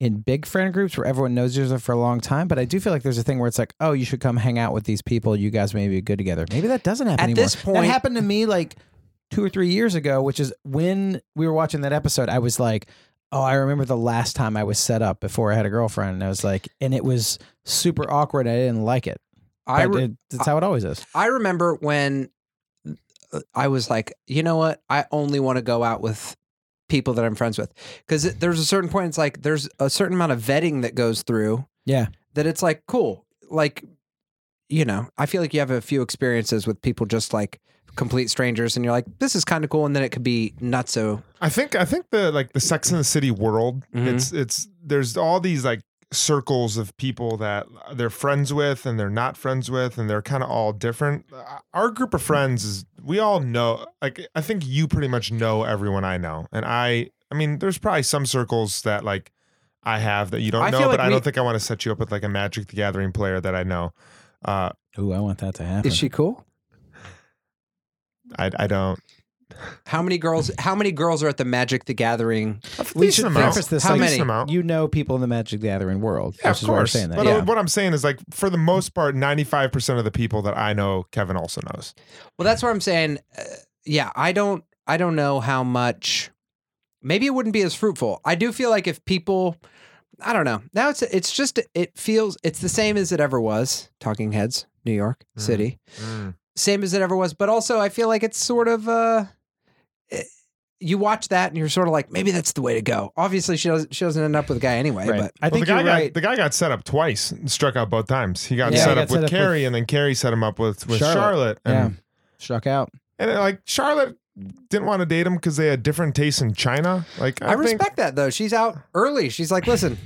F: in big friend groups where everyone knows each other for a long time. But I do feel like there's a thing where it's like, oh, you should come hang out with these people. You guys may be good together. Maybe that doesn't happen
E: At
F: anymore.
E: this
F: that
E: point-
F: happened to me like two or three years ago, which is when we were watching that episode. I was like, oh, I remember the last time I was set up before I had a girlfriend, and I was like, and it was super awkward. I didn't like it.
E: I
F: But
E: re-
F: it- that's how it always is.
E: I remember when uh, I was like, you know what? I only want to go out with people that I'm friends with because there's a certain point. It's like there's a certain amount of vetting that goes through.
F: Yeah.
E: that it's like cool. Like, you know, I feel like you have a few experiences with people just like complete strangers, and you're like, this is kind of cool, and then it could be not so.
D: I think I think the like the Sex and the City world.
E: Mhm.
D: It's it's there's all these like circles of people that they're friends with and they're not friends with and they're kind of all different. Uh, Our group of friends is we all know like I think you pretty much know everyone I know. And I I mean there's probably some circles that like I have that you don't
E: I
D: know,
E: feel
D: but
E: like
D: I don't
E: we-
D: think I want to set you up with like a Magic the Gathering player that I know. Uh
F: Ooh, I want that to happen.
E: cool?
D: I I don't.
E: How many girls? How many girls are at the Magic the Gathering?
D: We
F: should preface this
E: How
F: like-
E: many?
D: Amount.
F: you know people in the Magic the Gathering world.
D: Yeah,
F: which
D: of
F: is why we're
D: course.
F: saying that.
D: But
F: yeah.
D: uh, what I'm saying is, like, for the most part, 95% of the people that I know, Kevin also knows.
E: Well, that's what I'm saying. Uh, yeah, I don't. I don't know how much. Maybe it wouldn't be as fruitful. I do feel like if people, I don't know. Now it's it's just it feels it's the same as it ever was. Talking Heads, New York
D: Mhm.
E: City. same as it ever was. But also, I feel like it's sort of uh, eh, you watch that and you're sort of like, maybe that's the way to go. Obviously, she doesn't she doesn't end up with a guy anyway.
F: Right.
E: But
F: I
D: Well,
F: think
D: the guy
F: you're
D: got
F: right.
D: the guy got set up twice, and struck out both times. He got
E: Yeah,
D: set
F: he
D: up
F: got set
D: with
F: up with-
D: Carrie, and then Carrie set him up with with
F: Charlotte.
D: Charlotte. and
F: Struck Um, out.
D: and then, like Charlotte didn't want to date him because they had different tastes in China. Like I,
E: I,
D: think,
E: respect that though. She's out early. She's like, listen,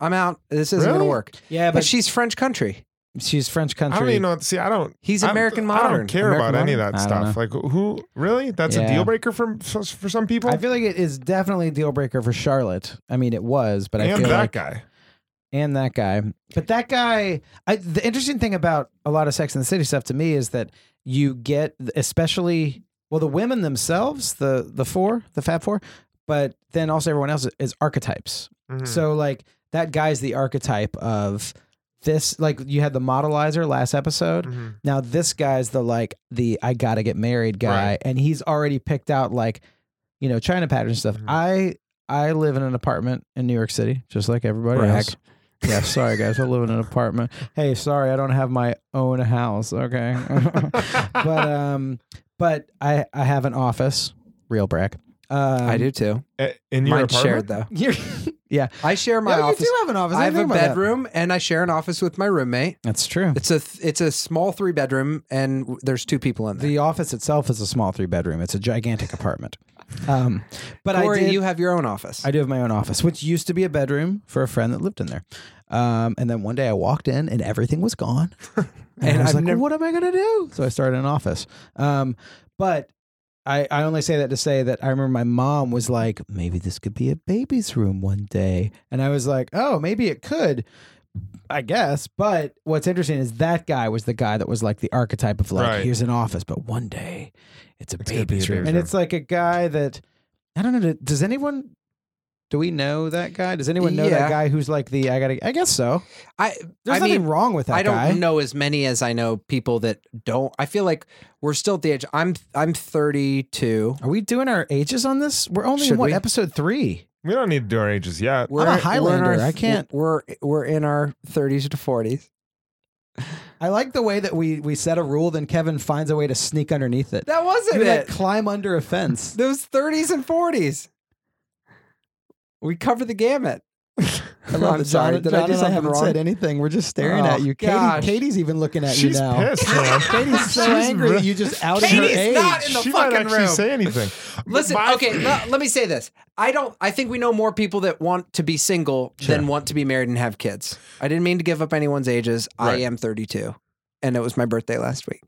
E: I'm out. This isn't
D: Really?
E: gonna work.
F: Yeah,
E: But, she's French country.
F: she's French
D: I
F: country.
D: don't even know. See, I don't.
E: He's
D: I'm-
E: American
D: I
E: modern.
D: don't care
F: American
D: about any of
F: modern?
D: that
F: I don't
D: stuff. Like who really? That's a
F: Yeah.
D: deal breaker for for some people.
F: I feel like it is definitely a deal breaker for Charlotte. I mean, it was, but I
D: and
F: feel
D: that
F: like
D: guy.
F: and that guy. But that guy, I, the interesting thing about a lot of Sex and the City stuff to me is that you get, especially, well, the women themselves, the the four, the Fab Four, but then also everyone else is archetypes.
E: Hmm.
D: Mhm.
F: So like that guy's the archetype of this. Like you had the modelizer last episode.
E: Hmm.
D: Mhm.
F: Now this guy's the like the I gotta get married guy,
D: Right.
F: and he's already picked out like, you know, China pattern stuff.
E: Hmm.
D: Mhm.
F: I I live in an apartment in New York City, just like everybody
E: Brag.
F: else. Yeah, sorry guys, I live in an apartment. Hey, sorry, I don't have my own house. Okay, but um, but I I have an office, real brag. Um,
E: I do too.
D: A- in your
E: Mine's
D: apartment.
E: shared though.
F: You're, yeah,
E: I share my
F: yeah,
E: office.
F: you do have an office.
E: I have a
F: didn't think about that.
E: bedroom and I share an office with my roommate.
F: That's true.
E: It's a th- it's a small three bedroom and w- there's two people in there.
F: The office itself is a small three bedroom. It's a gigantic apartment. Um, but
E: or
F: I did,
E: you have your own office.
F: I do have my own office, which used to be a bedroom for a friend that lived in there. Um, and then one day I walked in and everything was gone. And,
E: And
F: I was
E: I've
F: like,
E: never-
F: what am I going to do? So I started an office. Um, but I, I only say that to say that I remember my mom was like, maybe this could be a baby's room one day. And I was like, oh, maybe it could. I guess, but what's interesting is that guy was the guy that was like the archetype of like,
D: Right.
F: here's an office, but one day it's a
D: gonna be a
F: baby's room,
D: baby's
F: and
D: room.
F: it's like a guy that I don't know. Does anyone do we know that guy? Does anyone know that
E: Yeah.
F: guy who's like the I gotta? I guess so.
E: I
F: There's
E: I
F: nothing
E: mean,
F: wrong with that
E: I don't
F: guy.
E: know as many as I know people that don't. I feel like we're still at the age. I'm I'm 32.
F: Are we doing our ages on this? We're only in
E: Should
F: what
E: we?
F: episode three?
D: We don't need to do our ages yet.
E: We're
F: a
E: We're in
F: Highlander.
E: our,
F: I can't-
E: We're we're in our 30s to 40s.
F: I like the way that we we set a rule, then Kevin finds a way to sneak underneath it.
E: That wasn't
F: You like
E: it.
F: climb under a fence.
E: Those 30s and 40s. We cover the gamut.
F: I love
E: I'm
F: that
E: sorry.
F: John-
E: Did
F: John
E: I do
F: and
E: something
F: haven't
E: wrong?
F: Said anything? We're just staring
E: Oh,
F: at you. Katie,
E: gosh.
F: Katie's even looking at
D: She's
F: you now.
D: pissed, man.
F: Katie's so
D: She's
F: angry that
D: re-
F: you just outed her
E: Katie's
F: age.
E: not in the
D: she might
E: fucking
D: actually
E: room.
D: say anything.
E: Listen,
D: My-
E: okay, le- let me say this. I don't I think we know more people that want to be single than want to be married and have kids. I didn't mean to give up anyone's ages.
D: Right.
E: I am 32 and it was my birthday last week.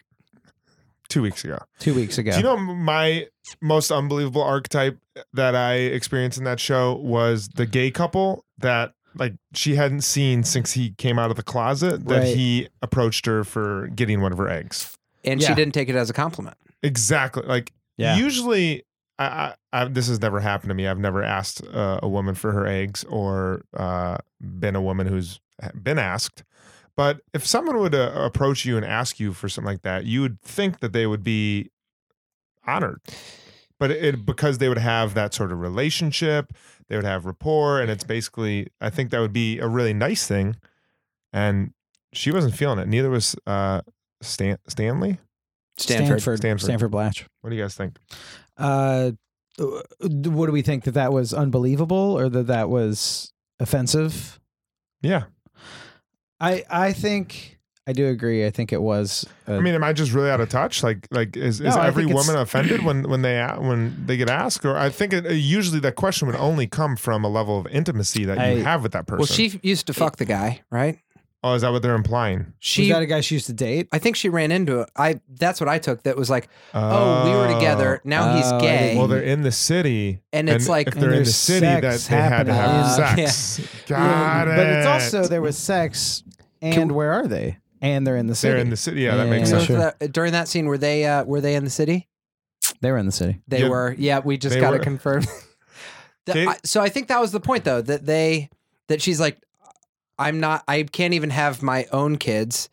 D: Two weeks ago.
F: Two weeks ago.
D: Do you know my most unbelievable archetype that I experienced in that show was the gay couple that like she hadn't seen since he came out of the closet that
F: Right.
D: he approached her for getting one of her eggs.
E: And
F: Yeah.
E: she didn't take it as a compliment.
D: Exactly. Like
F: Yeah.
D: usually I, I, I this has never happened to me. I've never asked uh, a woman for her eggs or uh, been a woman who's been asked. But if someone would uh, approach you and ask you for something like that, you would think that they would be honored. But it because they would have that sort of relationship, they would have rapport, and it's basically I think that would be a really nice thing. And she wasn't feeling it. Neither was uh, Stan- Stanley.
E: Stanford.
F: Stanford.
D: Stanford.
F: Stanford Blatch.
D: What do you guys think?
F: Uh, uh, what do we think that that was unbelievable or that that was offensive?
D: Yeah,
F: I I think I do agree. I think it was. uh,
D: I mean, am I just really out of touch? Like, like is,
F: No,
D: is
F: I
D: every
F: think it's-
D: woman offended when when they a- when they get asked? Or I think it, usually that question would only come from a level of intimacy that you
F: I-
D: have with that person.
E: Well, she used to fuck the guy, right?
D: oh, is that what they're implying?
F: was
E: She
F: that a guy she used to date?
E: I think she ran into it. I that's what I took that was like, "Oh, we were together. Now
F: Oh, I
E: he's gay."
F: didn't-
D: Well, they're in the city,
E: And it's like-
D: if
F: And
D: they're in the
F: there's
D: city, that
F: sex
D: they had to have
E: happening.
D: sex.
F: Yeah,
D: Got it.
F: But it's also there was sex, and where are they? And they're in the city.
D: they're in the city. Yeah, that
F: Yeah,
D: makes
E: You know,
D: sense.
F: sure.
E: that- during that scene were they uh, were they in the city?
F: They were in the city.
E: They
D: Yeah.
E: were. Yeah, we just
D: They
E: got
D: were.
E: to confirm. The-
D: They-
E: I- so I think that was the point, though, that they that she's like, I'm not. I can't even have my own kids.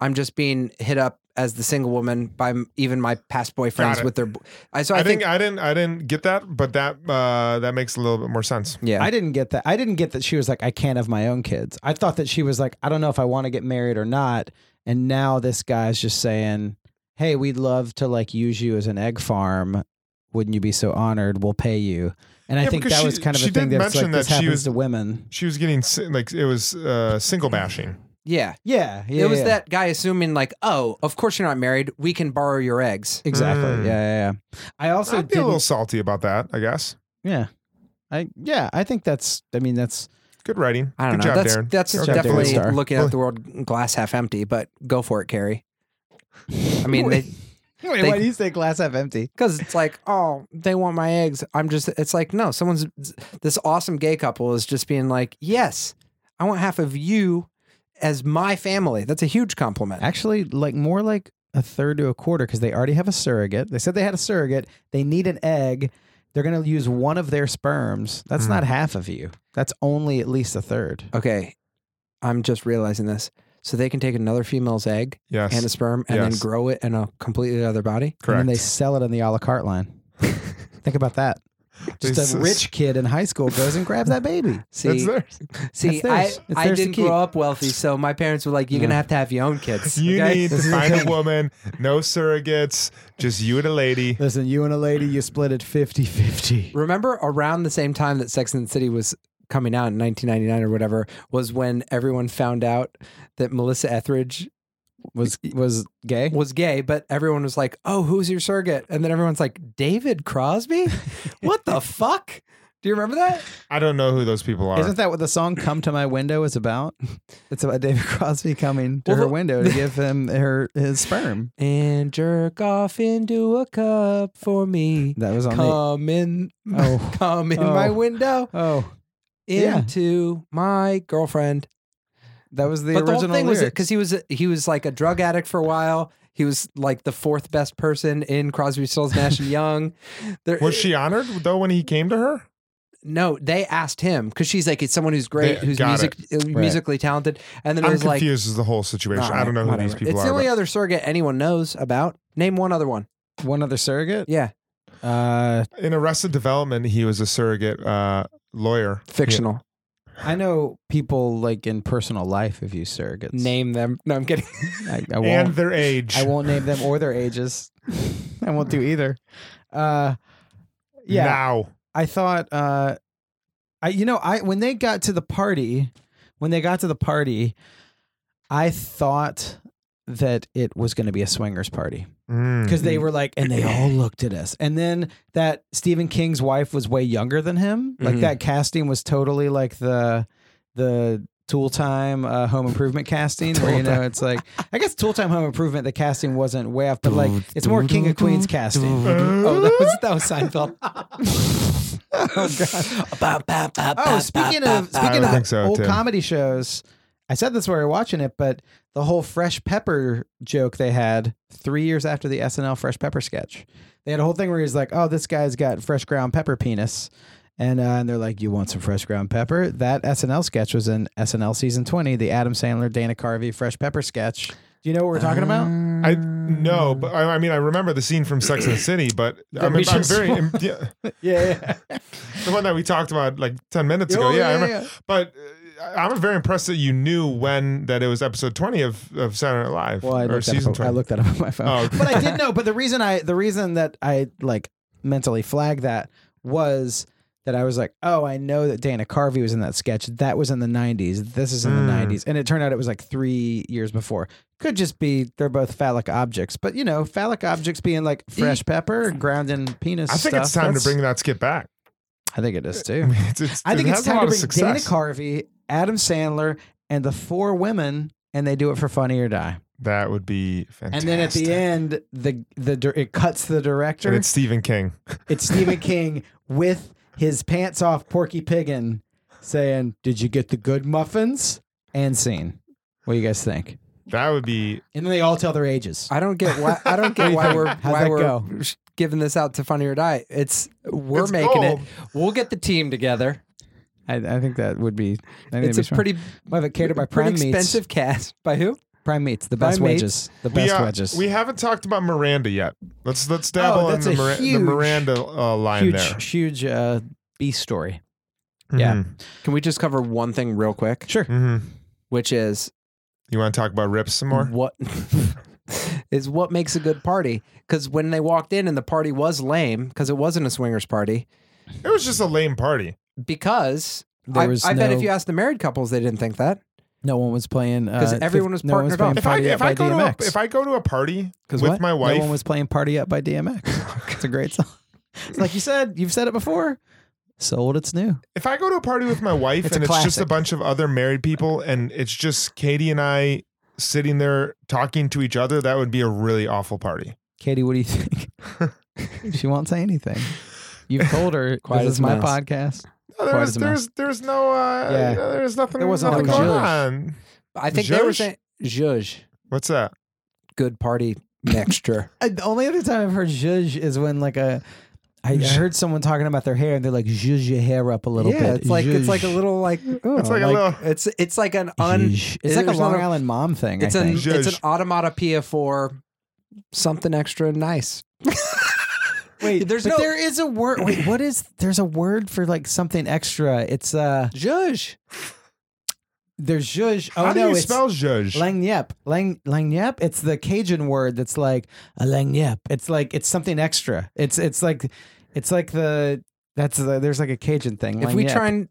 E: I'm just being hit up as the single woman by m- even my past
D: Got
E: boyfriends
D: it.
E: with their. bo- I so
D: I,
E: I,
D: think,
E: think,
D: I didn't. I didn't get that, but that uh, that makes a little bit more sense.
E: yeah.
F: I didn't get that. I didn't get that she was like, I can't have my own kids. I thought that she was like, I don't know if I want to get married or not. And now this guy's just saying, hey, we'd love to like use you as an egg farm. Wouldn't you be so honored? We'll pay you. And I
D: Yeah,
F: think
D: because
F: that
D: she-
F: was kind of
D: she
F: a thing
D: did
F: that's like
D: mention
F: this
D: that she
F: happens
D: was-
F: to women.
D: She was getting si- like it was uh, single bashing.
E: Yeah.
F: Yeah, yeah.
E: it was
F: yeah.
E: that guy assuming like, oh, of course you're not married. We can borrow your eggs.
F: exactly.
D: Mm.
F: Yeah, yeah, yeah. I also
D: I'd be a
F: didn't-
D: little salty about that. I guess
F: yeah, I yeah. I think that's. I mean, that's
D: good writing.
E: I don't
D: good
E: know.
D: Job,
E: that's
D: Darren.
E: that's
D: Good job,
E: definitely
F: Darren.
E: looking at the world glass half empty. But go for it, Carrie. I mean, because
F: wait.
E: They-
F: why do you say glass half empty?
E: it's like, oh, they want my eggs. I'm just. It's like, no, someone's this awesome gay couple is just being like, yes, I want half of you as my family. That's a huge compliment.
F: Actually, like more like a third to a quarter because they already have a surrogate. They said they had a surrogate. They need an egg. They're going to use one of their sperms. That's
D: Mm.
F: not half of you. That's only at least a third.
E: Okay, I'm just realizing this. So they can take another female's egg
D: Yes,
E: and a sperm and
D: Yes.
E: then grow it in a completely other body.
F: And
D: correct.
F: then they sell it on the a la carte line. Think about that.
D: They
F: Just
D: s-
F: a rich kid in high school goes and grabs that baby.
D: That's
E: See,
D: theirs.
E: See,
F: That's theirs.
E: I,
F: It's
E: I
F: theirs to
E: didn't
F: keep.
E: grow up wealthy, so my parents were like, "You're gonna
F: Yeah.
E: have to have your own kids."
D: You
E: okay?
D: need to find a woman, no surrogates, just you and a lady.
F: Listen, you and a lady, you split it 50 50.
E: Remember, around the same time that Sex and the City was coming out in 1999 or whatever, was when everyone found out that Melissa Etheridge
F: Was was gay?
E: was gay. But everyone was like, "Oh, who's your surrogate?" And then everyone's like, "David Crosby? what the fuck?" Do you remember that?
D: I don't know who those people are.
F: Isn't that what the song "Come to My Window" is about? It's about David Crosby coming to
E: Well,
F: her
E: the-
F: window to give him her his sperm.
E: And jerk off into a cup for me.
F: That was on the
E: Come in,
F: oh
E: come in my
F: Oh.
E: window.
F: oh Yeah.
E: into my girlfriend.
F: that was the
E: but the
F: original
E: whole thing was
F: lyrics.
E: because he was he was like a drug addict for a while. He was like the fourth best person in Crosby, Stills, Nash and Young. There,
D: Was she honored though when he came to her?
E: No, they asked him because she's like it's someone who's great,
D: They-
E: who's
D: got
E: music uh, musically talented, and then it
D: I'm
E: was
D: confused
E: like,
D: as the whole situation. I don't know who
E: Alright,
D: these
E: whatever.
D: people
E: It's
D: are.
E: the only
D: but-
E: other surrogate anyone knows about. Name one other one.
F: one other surrogate.
E: Yeah,
F: Uh,
D: In Arrested Development, he was a surrogate uh, lawyer.
E: fictional.
F: I know people like in personal life who use surrogates.
E: Name them. No, I'm kidding.
F: I, I
D: and
F: won't.
D: their age.
F: I won't name them or their ages. I won't do either. Uh, yeah.
D: Now.
F: I thought uh I you know I when they got to the party when they got to the party I thought that it was going to be a swingers party
D: Mm.
F: because they were like and they all looked at us and then that Stephen King's wife was way younger than him like
E: Mhm.
F: that casting was totally like the the Tool Time uh, Home Improvement casting where you know it's like I guess Tool Time Home Improvement the casting wasn't way off but like it's more King of Queens casting
E: oh, that was that was Seinfeld. Ba, ba, ba,
F: Oh,
E: ba,
F: speaking
E: ba,
F: of
E: ba,
F: speaking
D: don't
F: of
D: think so,
F: old
D: Tim.
F: comedy shows, I said this while we were watching it, but the whole fresh pepper joke they had three years after the SNL fresh pepper sketch, they had a whole thing where he's like, "Oh, this guy's got fresh ground pepper penis," and uh, and they're like, "You want some fresh ground pepper?" That SNL sketch was in SNL season twenty, the Adam Sandler Dana Carvey fresh pepper sketch. Do you know what we're talking about?
E: Uh,
D: I no,
F: Mm.
D: but I, I mean I remember the scene from Sex and the City, but I'm,
F: we
D: I'm
F: just-
D: very im- yeah,
F: Yeah,
D: the one that we talked about like ten minutes ago.
F: Oh,
D: yeah, I
F: yeah,
D: remember,
F: yeah.
D: but uh, I'm very impressed that you knew when that it was episode 20 of, of Saturday Night Live
F: Well, I
D: or
F: looked, that
D: season
F: up,
D: 20.
F: I looked that up on my phone.
D: Oh, okay.
F: but I did know. But the reason I the reason that I like mentally flagged that was that I was like, oh, I know that Dana Carvey was in that sketch. That was in the '90s. This is in
D: Mm.
F: the '90s, and it turned out it was like three years before. Could just be they're both phallic objects, but you know, phallic objects being like fresh pepper, ground in penis.
D: I think it's
F: stuff,
D: time to
F: that's-
D: bring that skit back.
F: I think it is
D: I,
F: too.
D: mean, it's, it's,
F: I think
D: it
F: it's
D: has a
F: time
D: lot
F: to
D: of
F: bring Dana
D: success.
F: Carvey, Adam Sandler, and the four women, and they do it for Funny or Die.
D: That would be fantastic.
F: And then at the end, the the dir- it cuts the director.
D: and it's Stephen King.
F: It's Stephen King with his pants off, Porky Piggin, saying, "Did you get the good muffins?" And scene. What do you guys think?
D: That would be
F: And then they all tell their ages.
E: I don't get why I don't get why we're
F: How'd
E: why
F: that
E: we're
F: go?
E: giving this out to Funny or Die. It's we're
D: It's
E: making
D: gold.
E: it. We'll get the team together.
F: I, I think that would be. I think
E: It's a pretty
F: Well, if it catered by
E: pretty
F: Prime Meats.
E: expensive cast. By who?
F: prime meats, the best
E: Prime Meats.
F: wedges, the
D: we,
F: best
D: uh,
F: wedges. Oh,
D: we haven't talked about Miranda yet. Let's let's dabble in
F: that's
D: the,
F: a
D: Mira- the
F: huge-
D: Miranda uh, line
F: huge,
D: there.
F: huge uh, B story. yeah.
D: Mhm.
E: Can we just cover one thing real quick?
F: Sure.
D: Mhm.
E: Which is
D: You want to talk about rips some more?
E: what is what makes a good party. Because when they walked in and the party was lame, because it wasn't a swingers party,
F: Mm-hmm.
D: It was just a lame party.
E: because
F: There
E: I,
F: was
E: I bet
F: no-
E: if you asked the married couples, they didn't think that.
F: No one was playing
E: 'Cause
F: uh,
E: everyone
F: fif-
E: was
F: no one
E: partnered up.
F: playing
D: If I
F: Party
D: if
F: by
D: I go to a,
F: DMX.
D: if I go to a party with
F: 'Cause what?
D: my wife,
F: no one was playing "Party Up" by DMX. it's a great song. It's like you said, you've said it before. Sold, it's new.
D: if I go to a party with my wife
F: It's a
D: and it's just a
F: classic.
D: bunch of other married people and it's just Katie and I sitting there talking to each other, that would be a really awful party.
F: Katie, what do you think? she won't say anything. You've told her
E: Quiet
F: this
E: as
F: is my
E: a mouse.
F: podcast.
D: No,
F: Quite
D: there's
F: as a mess.
D: there's there's no uh,
F: Yeah.
D: there's nothing
E: There wasn't
D: nothing
F: no
D: going
F: zhuzh.
D: on.
E: I think they were
D: Zhuzh?
E: saying zhuzh,
D: What's that?
E: good party mixture.
F: I, the only other time I've heard zhuzh is when like a I I heard someone talking about their hair and they're like zhuzh your hair up a little
E: yeah,
F: bit.
E: it's like it's like a
F: Zhuzh.
E: little like oh,
D: It's like a little-
E: it's it's like an un
F: Zhuzh. It's like a
E: there's
F: Long
E: not
F: Island mom thing.
E: It's
F: I
E: an
F: think.
D: Zhuzh.
E: it's an automatopoeia for something extra nice.
F: Wait,
E: There's
F: but
E: no-
F: there is a word. Wait, what is? There's a word for like something extra. It's uh,
E: Zhuzh.
F: there's zhuzh. Oh
D: How do
F: no,
D: you
F: it's
D: spell judge?
F: lang yep. Lang lang yep. It's the Cajun word that's like a lang yep. It's like it's something extra. It's it's like it's like the that's the, there's like a Cajun thing.
E: If we try and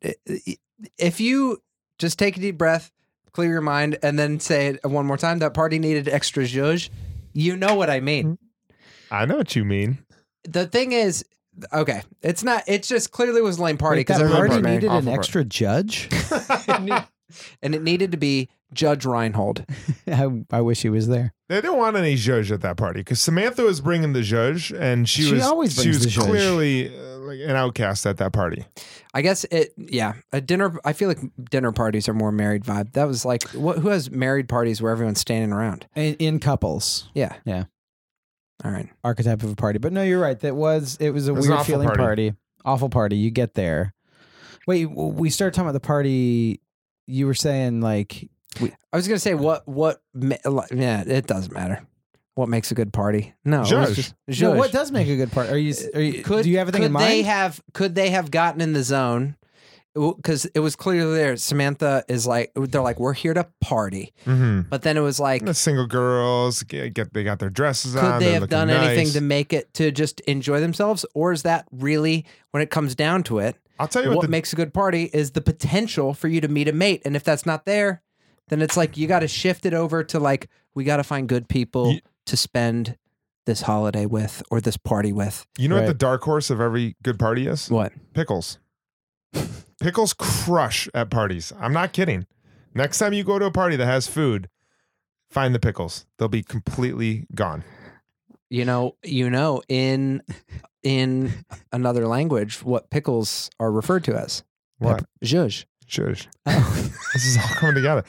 E: if you just take a deep breath, clear your mind, and then say it one more time, that party needed extra zhuzh. You know what I mean.
F: Mm-hmm.
D: I know what you mean.
E: The thing is, okay, it's not. It just clearly was a lame party because
F: that
E: everyone
F: party
E: was married.
F: needed an
D: Awful part.
F: extra judge.
E: and it needed to be Judge Reinhold.
F: I, I wish he was there.
D: They didn't want any judge at that party because Samantha was bringing the judge, and she,
F: She
D: was
F: always
D: she
F: brings
D: was
F: the judge.
D: clearly uh, like an outcast at that party.
E: I guess it. Yeah, a dinner. I feel like dinner parties are more married vibe. That was like, what, who has married parties where everyone's standing around?
F: In, in couples,
E: Yeah.
F: Yeah.
E: All right.
F: archetype of a party. But no, you're right. That was it was a
D: It was an
F: weird
D: awful
F: feeling party.
D: party.
F: Awful party. You get there. Wait, w- we started talking about the party. You were saying like
E: I was gonna say what what ma- li- yeah it doesn't matter what makes a good party no Oh, it was
D: Zhuzh.
E: just-
F: No,
E: zhuzh.
F: what does make a good party? Are you, are you
E: could
F: do you have anything
E: could
F: in mind?
E: they have could they have gotten in the zone because it was clearly there Samantha is like they're like we're here to party
D: Mm-hmm.
E: but then it was like
D: The single girls get, get they got their dresses
E: could
D: on. they're
E: they have
D: looking
E: done anything
D: nice.
E: to make it to just enjoy themselves or is that really when it comes down to it
D: I'll tell you
E: what,
D: what. The,
E: makes a good party is the potential for you to meet a mate and if that's not there then it's like you got to shift it over to like we got to find good people
D: Ye-
E: to spend this holiday with or this party with
D: you know
F: Right.
D: what the dark horse of every good party is?
E: what
D: Pickles. Pickles crush at parties. I'm not kidding. Next time you go to a party that has food, find the pickles. They'll be completely gone.
E: you know you know in in another language what pickles are referred to as
D: What?
E: zhuzh
D: Shush. this is all coming together.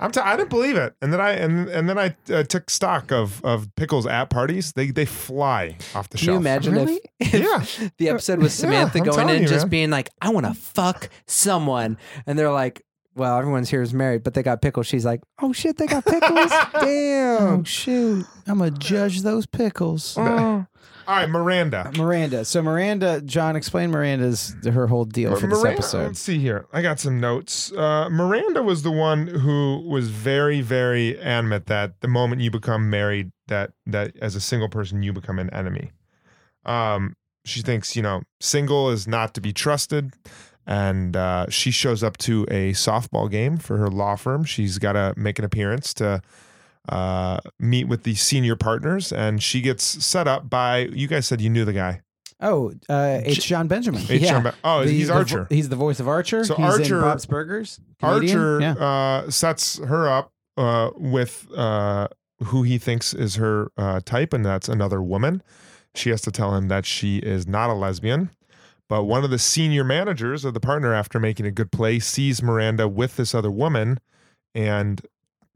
D: I'm t- I didn't believe it, and then I and and then I uh, took stock of of pickles at parties. They they fly off the
E: can you
D: shelf.
E: imagine
F: Really?
E: if, if
D: Yeah,
E: the
F: Uh,
E: episode with
D: Yeah,
E: Samantha
D: I'm
E: going
D: telling
E: in
D: you,
E: just
D: man.
E: being like, I want to fuck someone. And they're like, well, everyone's here is married, but they got pickles. She's like, oh shit, they got pickles?
F: oh
E: Damn.
F: shoot! I'm gonna judge those pickles.
E: Oh.
D: All right, Miranda.
F: Miranda. So Miranda, John, explain Miranda's her whole deal for this
D: Miranda-
F: episode.
D: Let's see here. I got some notes. Uh, Miranda was the one who was very, very adamant that the moment you become married, that that as a single person, you become an enemy. Um, she thinks you know, single is not to be trusted, and uh, she shows up to a softball game for her law firm. She's got to make an appearance to uh, meet with the senior partners, and she gets set up by. You guys said you knew the guy.
F: Oh, uh, it's John Benjamin.
D: H.
E: Yeah.
D: John Ba- oh,
F: The-
D: he's
F: the vo-
D: Archer.
F: he's the voice of Archer.
D: So
F: he's
D: Archer-
F: in Bob's Burgers. comedian.
D: Archer
F: Yeah.
D: uh, sets her up uh, with uh, who he thinks is her uh, type, and that's another woman. She has to tell him that she is not a lesbian. But one of the senior managers of the partner, after making a good play, sees Miranda with this other woman, and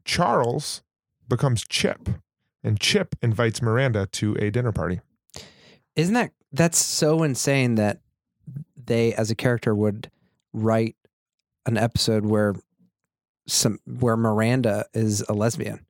D: Charles becomes Chip. And Chip invites Miranda to a dinner party.
E: Isn't that, that's so insane that they as a character would write an episode where some, where Miranda is a lesbian.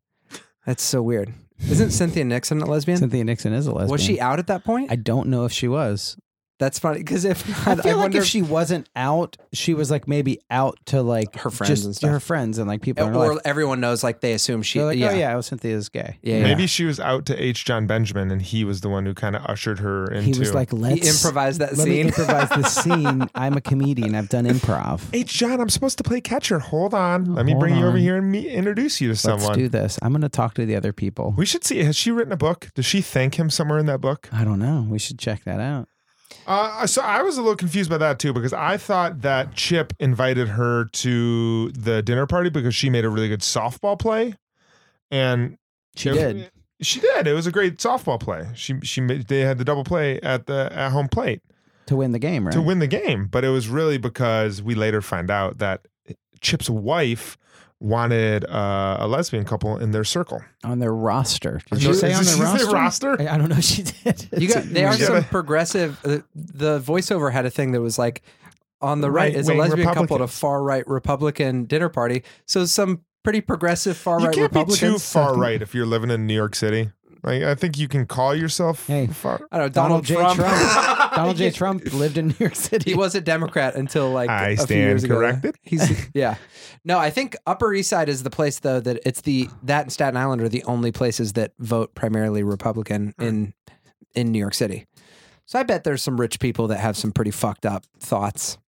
E: That's so weird. Isn't Cynthia Nixon a lesbian?
F: Cynthia Nixon is a lesbian.
E: Was she out at that point?
F: I don't know if she was.
E: That's funny because if
F: I
E: not, I,
F: feel like
E: wonder
F: if she wasn't out, she was like maybe out to like
E: Her friends
F: just
E: and stuff.
F: her friends and like people. in her
E: or
F: life.
E: everyone knows like they assume she.
F: They're like,
E: yeah.
F: oh yeah, oh, Cynthia's gay.
E: Yeah,
D: Maybe she was out to H. John Benjamin, and he was the one who kind of ushered her into.
F: He was like,
E: He
F: let's
E: improvised that
F: let me
E: scene.
F: improvise the scene. I'm a comedian. I've done improv.
D: H. John, I'm supposed to play catcher. Hold on, let me
F: Hold
D: bring you over
F: on.
D: here and me- introduce you to
F: Let's
D: someone.
F: do this. I'm going to talk to the other people.
D: We should see. Has she written a book? Does she thank him somewhere in that book?
F: I don't know. We should check that out.
D: Uh, so I was a little confused by that too because I thought that Chip invited her to the dinner party because she made a really good softball play, and
F: She
D: it-
F: did.
D: She did. It was a great softball play. She she made, they had the double play at the at home plate
F: To win the game, right?
D: to win the game, but it was really because we later find out that Chip's wife wanted uh, a lesbian couple in their circle.
F: on their roster. Did
D: Is
F: you
D: it-
F: say
D: is
F: on
D: it- did
F: their
D: you say
F: roster?
D: roster?
F: I, I don't know. if She did.
E: You got, they are
D: Yeah.
E: some progressive. The, the voiceover had a thing that was like, on the right is a
D: Right-wing
E: lesbian couple at a
D: Republicans.
E: far right Republican dinner party. So some pretty progressive far
D: You
E: right
D: can't be too
E: Republicans.
D: far right if you're living in New York City. Like I think you can call yourself
F: Hey. uh,
D: far.
E: I don't know
F: Donald
E: Donald,
F: J.
E: Trump.
F: Trump. Donald J. Trump lived in New York City.
E: he was a Democrat until like
D: I
E: a few
D: stand
E: years ago.
D: corrected.
E: He's yeah. No, I think Upper East Side is the place though that it's the that and Staten Island are the only places that vote primarily Republican in in New York City. So I bet there's some rich people that have some pretty fucked up thoughts,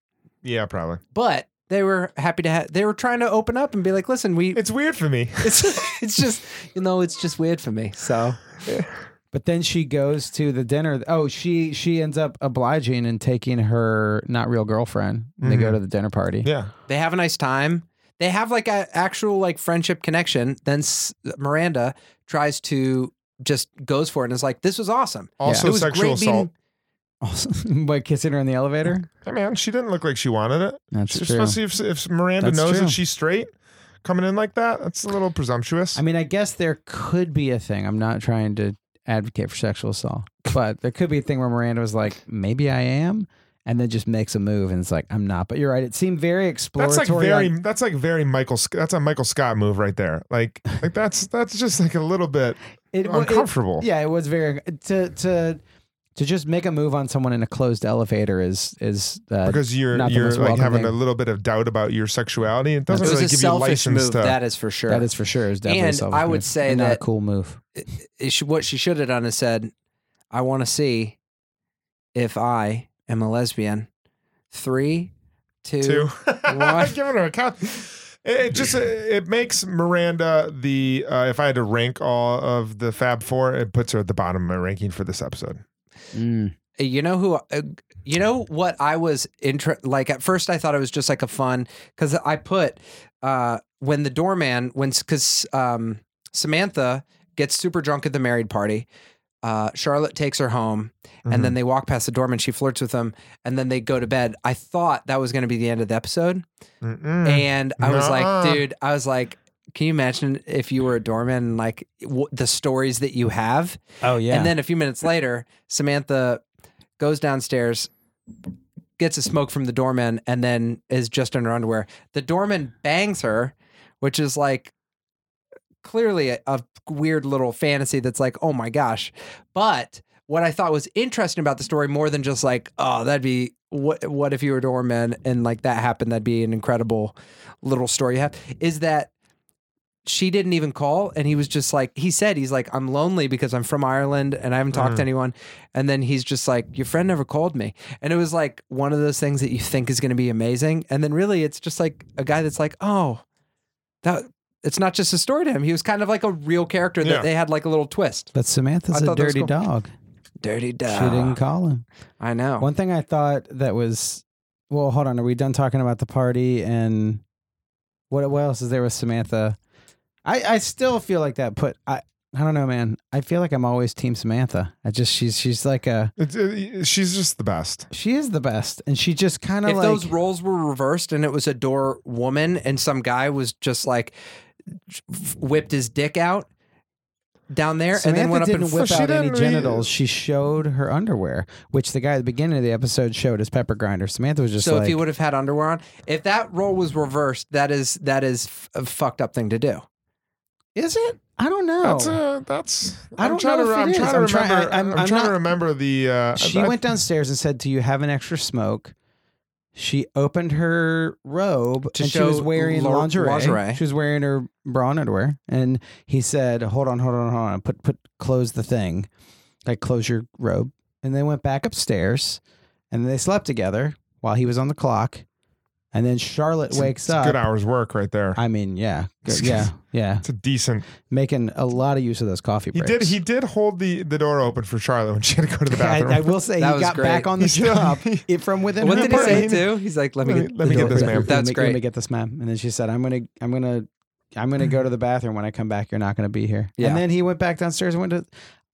D: Yeah, probably.
E: but they were happy to have. They were trying to open up and be like, listen, we.
D: It's weird for me.
E: It's it's just you know it's just weird for me. So
F: But then she goes to the dinner. Oh, she she ends up obliging and taking her not real girlfriend. They go
D: Mhm.
F: to the dinner party.
D: Yeah.
E: they have a nice time. They have like a actual like friendship connection. Then S- Miranda tries to just goes for it and is like, "This was awesome."
D: Also
E: It was
D: sexual
E: great being-
D: assault.
F: Also, by kissing her in the elevator.
D: Hey man, she didn't look like she wanted it.
F: That's
D: She's
F: true.
D: supposed to see if, if Miranda
F: That's
D: knows
F: true.
D: that she's straight coming in like that. That's a little presumptuous.
F: I mean, I guess there could be a thing. I'm not trying to advocate for sexual assault, but there could be a thing where Miranda was like, maybe I am, and then just makes a move and it's like, I'm not. But you're right. It seemed very exploratory.
D: that's like very
F: like-
D: that's like very Michael Sc- that's a Michael Scott move right there. Like like that's that's just like a little bit
F: it, wa- it-
D: uncomfortable.
F: yeah, it was very to to to just make a move on someone in a closed elevator is is uh,
D: because you're
F: not the
D: you're
F: most
D: like having
F: welcoming.
D: a little bit of doubt about your sexuality. It doesn't
E: it was
D: really
E: a
D: give you
E: selfish
D: license
E: move.
D: to
E: That is for sure.
F: That is for sure. Is definitely
E: And
F: a selfish
E: I would
F: move.
E: say
F: And not a
E: that-
F: cool move.
E: It should- what she should have done is said, "I want to see if I am a lesbian." Three, two,
D: two.
E: What?
D: giving her a count. It, it just uh, it makes Miranda the uh, if I had to rank all of the Fab Four, it puts her at the bottom of my ranking for this episode.
E: Mm. You know who? Uh, you know what? I was inter- like at first. I thought it was just like a fun because I put uh, when the doorman when because um, Samantha gets super drunk at the married party. Uh, Charlotte takes her home, and then they walk past the doorman. She flirts with him, and then they go to bed. I thought that was going to be the end of the episode,
D: Mm-mm.
E: and I was
D: Hmm. Nuh-uh.
E: like, dude, I was like. Can you imagine if you were a doorman and like w- the stories that you have?
F: Oh yeah.
E: And then a few minutes later, Samantha goes downstairs, gets a smoke from the doorman, and then is just in her underwear. The doorman bangs her, which is like clearly a, a weird little fantasy that's like, oh my gosh. But what I thought was interesting about the story more than just like, oh, that'd be what what if you were a doorman and like that happened, that'd be an incredible little story you have, is that she didn't even call and he was just like he said he's like i'm lonely because i'm from ireland and i haven't talked
F: Mm-hmm.
E: to anyone and then he's just like your friend never called me and it was like one of those things that you think is going to be amazing and then really it's just like a guy that's like oh that it's not just a story to him he was kind of like a real character that
D: Yeah.
E: they had like a little twist
F: but Samantha's
E: I
F: a
E: thought that was
F: dirty
E: cool.
F: dog. She
E: dirty
F: didn't
E: dog
F: call him.
E: i know
F: One thing I thought that was well, hold on. Are we done talking about the party and what? What else is there with Samantha? I I still feel like that. Put I I don't know, man. I feel like I'm always Team Samantha. I just she's she's like a
D: It's- it- she's just the best.
F: she is the best, and she just kind of
E: if
F: like
E: those roles were reversed and it was a door woman and some guy was just like whipped his dick out down there
F: Samantha
E: and then went up
F: didn't
E: and
F: whip
D: She
F: out any
D: didn't re-
F: genitals. She showed her underwear, which the guy at the beginning of the episode showed as pepper grinder. Samantha was just
E: so
F: like,
E: if he would have had underwear on, if that role was reversed, that is that is f- a fucked up thing to do.
F: "Is it?" I don't know.
D: That's a that's.
F: Oh. I
D: I'm
F: don't
D: trying
F: know
D: to.
F: if it
D: I'm
F: is.
D: trying to
F: I'm try-
D: remember.
F: I-
D: I'm,
F: I'm- I'm
D: trying to
F: not-
D: remember the. Uh,
F: she
D: I-
F: went downstairs and said, "Do you have an extra smoke?" She opened her robe
E: To
F: and she was
E: show
F: wearing
E: lo-
F: lingerie.
E: lingerie.
F: She was wearing her bra and underwear, and he said, "Hold on, hold on, hold on. Put put close the thing, like close your robe." And they went back upstairs, and they slept together while he was on the clock. And then Charlotte
D: It's a-
F: wakes
D: it's a
F: up.
D: Good hours work right there.
F: I mean, yeah, good, yeah, yeah.
D: It's a decent.
F: Making a lot of use of those coffee
D: He
F: breaks.
D: did. He did hold the the door open for Charlotte when she had to go to the
F: I,
D: bathroom.
F: I will say
E: That
F: he
E: was
F: got back
E: great.
F: on the
D: He did.
F: job it, from within.
E: What
F: her
E: did he say
F: apartment.
E: too? He's like, "Let me
D: Let me-
E: get,
D: let me get
E: the door
D: this,
E: for
D: ma'am.
E: that." That's
F: let me, Let me
E: great.
F: get this, ma'am. And then she said, "I'm gonna, I'm gonna, I'm gonna go to the bathroom. When I come back, you're not gonna be here."
E: Yeah.
F: And then he went back downstairs and went to.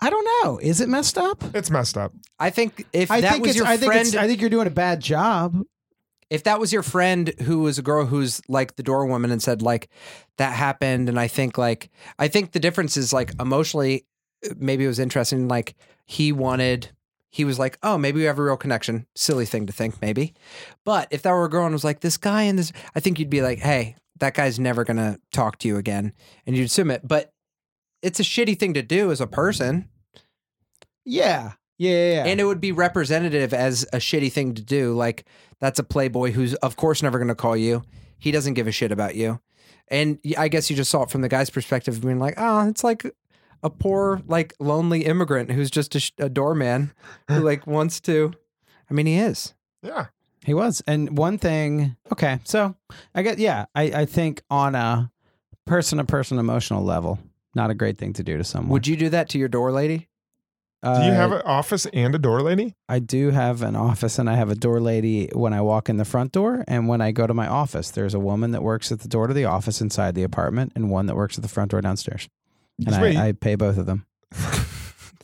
F: I don't know. Is it messed up?
D: it's messed up.
E: I think if
F: I
E: that
F: think
E: was
F: it's.
E: your
F: I think
E: friend,
F: it's, I think you're doing a bad job.
E: if that was your friend who was a girl who's like the door woman and said like that happened and i think like i think the difference is like emotionally maybe it was interesting like he wanted he was like oh maybe we have a real connection silly thing to think maybe but if that were a girl and was like this guy and this i think you'd be like hey that guy's never gonna talk to you again and you'd assume it but it's a shitty thing to do as a person
F: Yeah. Yeah. yeah, yeah.
E: and it would be representative as a shitty thing to do. Like that's a playboy who's of course never going to call you. He doesn't give a shit about you. And y- I guess you just saw it from the guy's perspective, of being like, oh, it's like a poor, like lonely immigrant who's just a, sh- a doorman who like wants to. I mean, he is.
D: Yeah.
F: He was. And one thing, okay, so I get, yeah, I, I think on a person to person emotional level, not a great thing to do to someone.
E: Would you do that to your door lady?
F: Uh,
D: Do you have an office and a door lady?
F: I do have an office and I have a door lady when I walk in the front door. And when I go to my office, there's a woman that works at the door to the office inside the apartment and one that works at the front door downstairs. And
D: Just wait.
F: I, I pay both of them.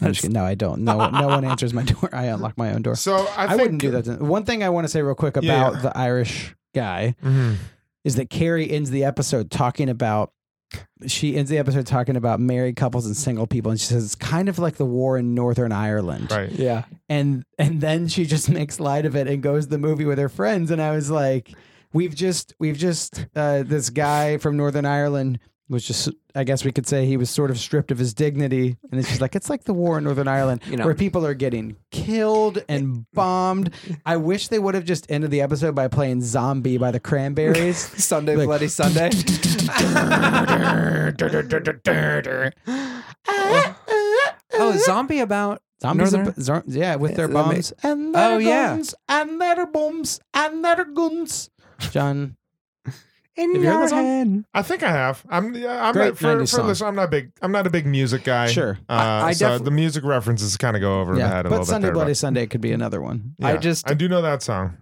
F: I'm just kidding. No, I don't. No, one- no one answers my door. I unlock my own door.
D: So I,
F: I,
D: think,
F: wouldn't do that. To, one thing I want to say real quick about
D: Yeah, yeah.
F: the Irish guy
D: Mhm.
F: is that Carrie ends the episode talking about she ends the episode talking about married couples and single people, and she says it's kind of like the war in Northern Ireland.
D: Right.
E: Yeah.
F: And and then she just makes light of it and goes to the movie with her friends, and I was like, we've just we've just uh, this guy from Northern Ireland was just I guess we could say he was sort of stripped of his dignity, and it's just like it's like the war in Northern Ireland
E: You know.
F: where people are getting killed and bombed. I wish they would have just ended the episode by playing "Zombie" by the Cranberries.
E: Sunday,
F: Like-
E: bloody Sunday. oh, zombie about
F: Zombies,
E: Northern-
F: ab- zor- yeah, with their
E: Yeah, that ma-
F: bombs and their
E: Oh, yeah.
F: guns and their bombs and their guns. John,
E: in
F: Have you heard that song?
E: hand.
D: I think I have. I'm. Yeah, I'm
F: Great
D: not, for,
F: 90s
D: for
F: song.
D: this, I'm not big. I'm not a big music guy.
F: Sure.
D: Uh,
E: I- I
D: so
E: def-
D: the music references kind of go over my
F: yeah,
D: head a
F: but
D: little
F: Sunday
D: bit.
F: Bloody
D: there,
F: Sunday could be another one.
D: but,
E: I
D: yeah.
E: just-
D: I do know that song.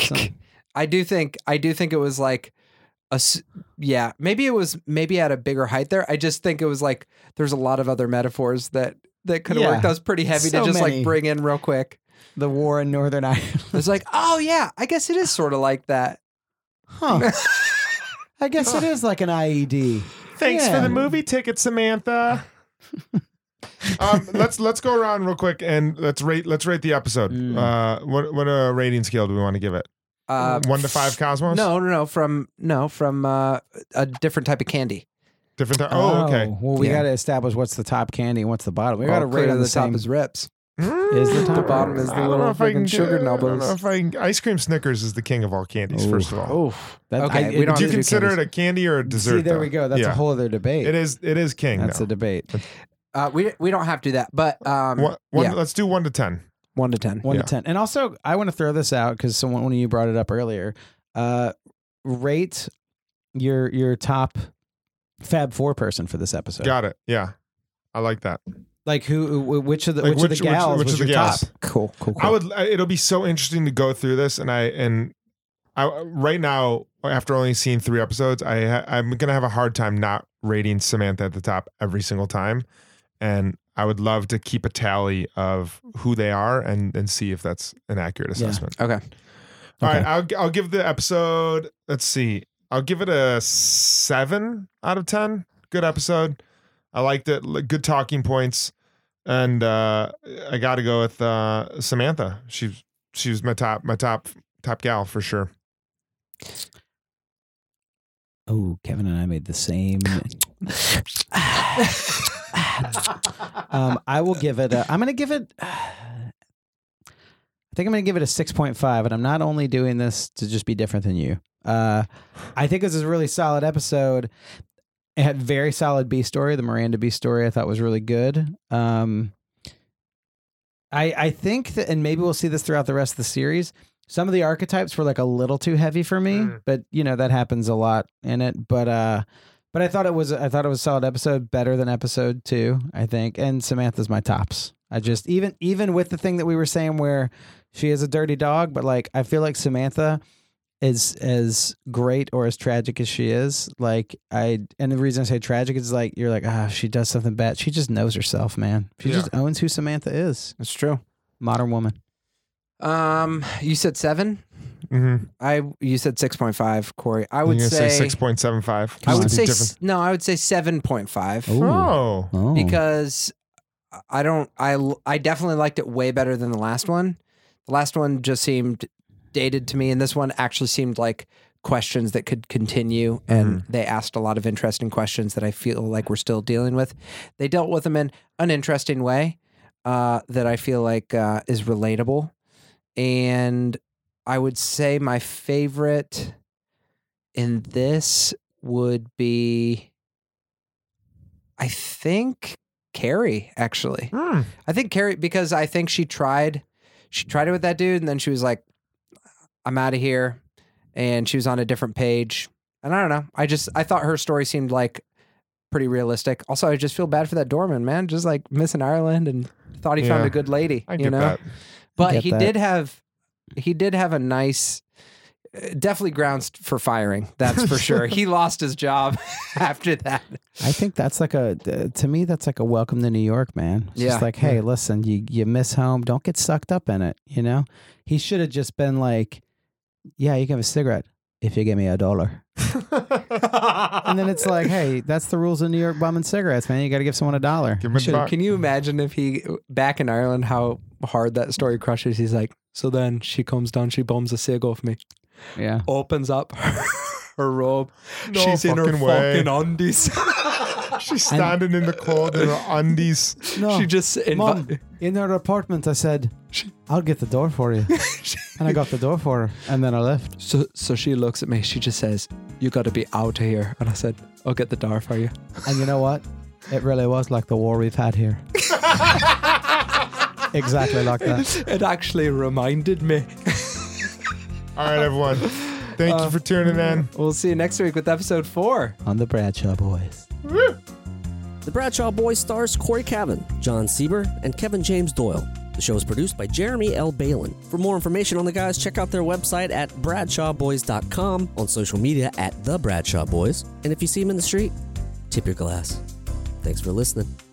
F: song.
E: I do think I do think it was like a s- yeah maybe it was maybe at a bigger height there. I just think it was like there's a lot of other metaphors that that could have
F: Yeah.
E: worked. That was pretty heavy
F: So
E: to just
F: many.
E: like bring in real quick.
F: The war in Northern Ireland.
E: It's like oh yeah, I guess it is sort of like that.
F: Huh. I E guess it is like an IED.
D: Thanks
F: Yeah.
D: for the movie ticket, Samantha. um, let's let's go around real quick and let's rate let's rate the episode.
F: Mm.
D: Uh, what what a rating scale do we want to give it?
E: Uh,
D: One to five cosmos.
E: no, no, no. From no, from uh, a different type of candy.
D: different. Th- oh, okay.
F: Well, we
E: Yeah.
F: got to establish what's the top candy and what's the bottom. We got to
E: Well, clearly
F: rate on the,
E: the top
F: same.
E: is rips.
F: Is the top-
E: bottom is the
D: I don't know
E: little
D: if I can
E: friggin' sugar
D: do- I don't
E: nubbles.
D: know if I can- ice cream Snickers is the king of all candies.
F: Ooh.
D: First of all,
E: Oof.
F: That-
E: Okay, we
F: it-
E: don't
D: do
E: have
D: you
E: to do
D: consider it
E: candies.
D: a candy or a dessert?
F: See, there
D: though?
F: we go. That's
D: Yeah.
F: a whole other debate.
D: It is it is king.
F: That's
D: though.
F: a debate.
E: Uh, we we don't have to do that, but um,
D: one, one,
E: yeah,
D: Let's do one to ten.
E: one to ten.
F: one
D: Yeah.
F: to ten. And also, I want to throw this out because someone one of you brought it up earlier. Uh, rate your your top Fab Four person for this episode.
D: Got it. Yeah, I like that.
F: Like who? who- Which of the
D: Like,
F: which, of
D: which-
F: the
D: which-
F: gals
D: which
F: was
D: of the
F: your
D: gals?
F: top?
E: Cool, cool, cool.
D: I would. I- It'll be so interesting to go through this, and I and I uh, right now after only seeing three episodes, I ha- I'm gonna have a hard time not rating Samantha at the top every single time, and I would love to keep a tally of who they are and and see if that's an accurate
F: Yeah.
D: assessment.
E: Okay.
D: All
F: Okay.
D: right, I'll g- I'll give the episode. Let's see. I'll give it a seven out of ten. Good episode. I liked it. L- Good talking points. And uh, I got to go with uh, Samantha. She's she was my top my top top gal for sure.
F: Oh, Kevin and I made the same um, I will give it. A, I'm going to give it. I think I'm going to give it a 6.5, and I'm not only doing this to just be different than you. Uh, I think this is a really solid episode. It had very solid B story. The Miranda B story I thought was really good. Um, I I think that, and maybe we'll see this throughout the rest of the series. Some of the archetypes were like a little too heavy for me,
D: Mm.
F: but you know that happens a lot in it. But uh, but I thought it was I thought it was a solid episode, better than episode two, I think. And Samantha's my tops. I just even even with the thing that we were saying where she is a dirty dog, but like I feel like Samantha is as great or as tragic as she is. Like I and the reason I say tragic is like you're like, ah, she does something bad. She just knows herself, man. She
D: Yeah.
F: just owns who Samantha is.
E: That's true.
F: Modern woman.
E: Um, you said seven.
D: Mm-hmm.
E: I you said six point five, Corey. I would
D: you
E: say,
D: six point seven five.
E: I would
F: Just
E: say s- no. I would say seven point five
F: Ooh.
D: Oh,
F: Oh.
E: because I don't. I l- I definitely liked it way better than the last one. The last one just seemed dated to me, and this one actually seemed like questions that could continue. And they asked a lot of interesting questions that I feel like we're still dealing with. They dealt with them in an interesting way uh, that I feel like uh, is relatable. And I would say my favorite in this would be, I think, Carrie, actually.
D: Mm.
E: I think Carrie because I think she tried she tried it with that dude and then she was like I'm out of here and she was on a different page. And I don't know. I just I thought her story seemed like pretty realistic. Also, I just feel bad for that doorman, man, just like missing Ireland and thought he found
D: Yeah.
E: a good lady,
D: I get
E: you know.
D: that.
E: But
F: get
E: he
F: that.
E: did have he did have a nice uh, definitely grounds for firing. That's for sure. He lost his job after that.
F: I think that's like a uh, to me that's like a welcome to New York, man. It's
E: Yeah.
F: just like, hey, listen, you you miss home, don't get sucked up in it, you know? He should have just been like, yeah, you can have a cigarette if you give me a dollar. And then it's like, hey, that's the rules of New York bumming cigarettes, man. You got to give someone a dollar.
D: Give him a
F: Should-
D: buck.
E: Can you imagine if he back in Ireland how hard that story crushes? He's like, so then she comes down, she bums a cig off me,
F: Yeah.
E: opens up her, robe,
D: No
E: she's in her
D: fucking way.
E: fucking undies.
D: She's standing in the cold in her undies.
F: No.
E: Oh, she just invi-
F: Mom, in her apartment, I said, I'll get the door for you. and I got the door for her. And then I left.
E: so so she looks at me. She just says, "You got to be out of here." And I said, "I'll get the door for you."
F: And you know what? It really was like the war we've had here. exactly like that.
E: It actually reminded me.
D: All right, everyone. Thank you for tuning in.
E: We'll see you next week with episode four.
F: On the Bradshaw Boys.
H: The Bradshaw Boys stars Corey Cavan, John Sieber, and Kevin James Doyle. The show is produced by Jeremy L. Balin. For more information on the guys, check out their website at bradshawboys.com, on social media at The Bradshaw Boys, and if you see them in the street, tip your glass. Thanks for listening.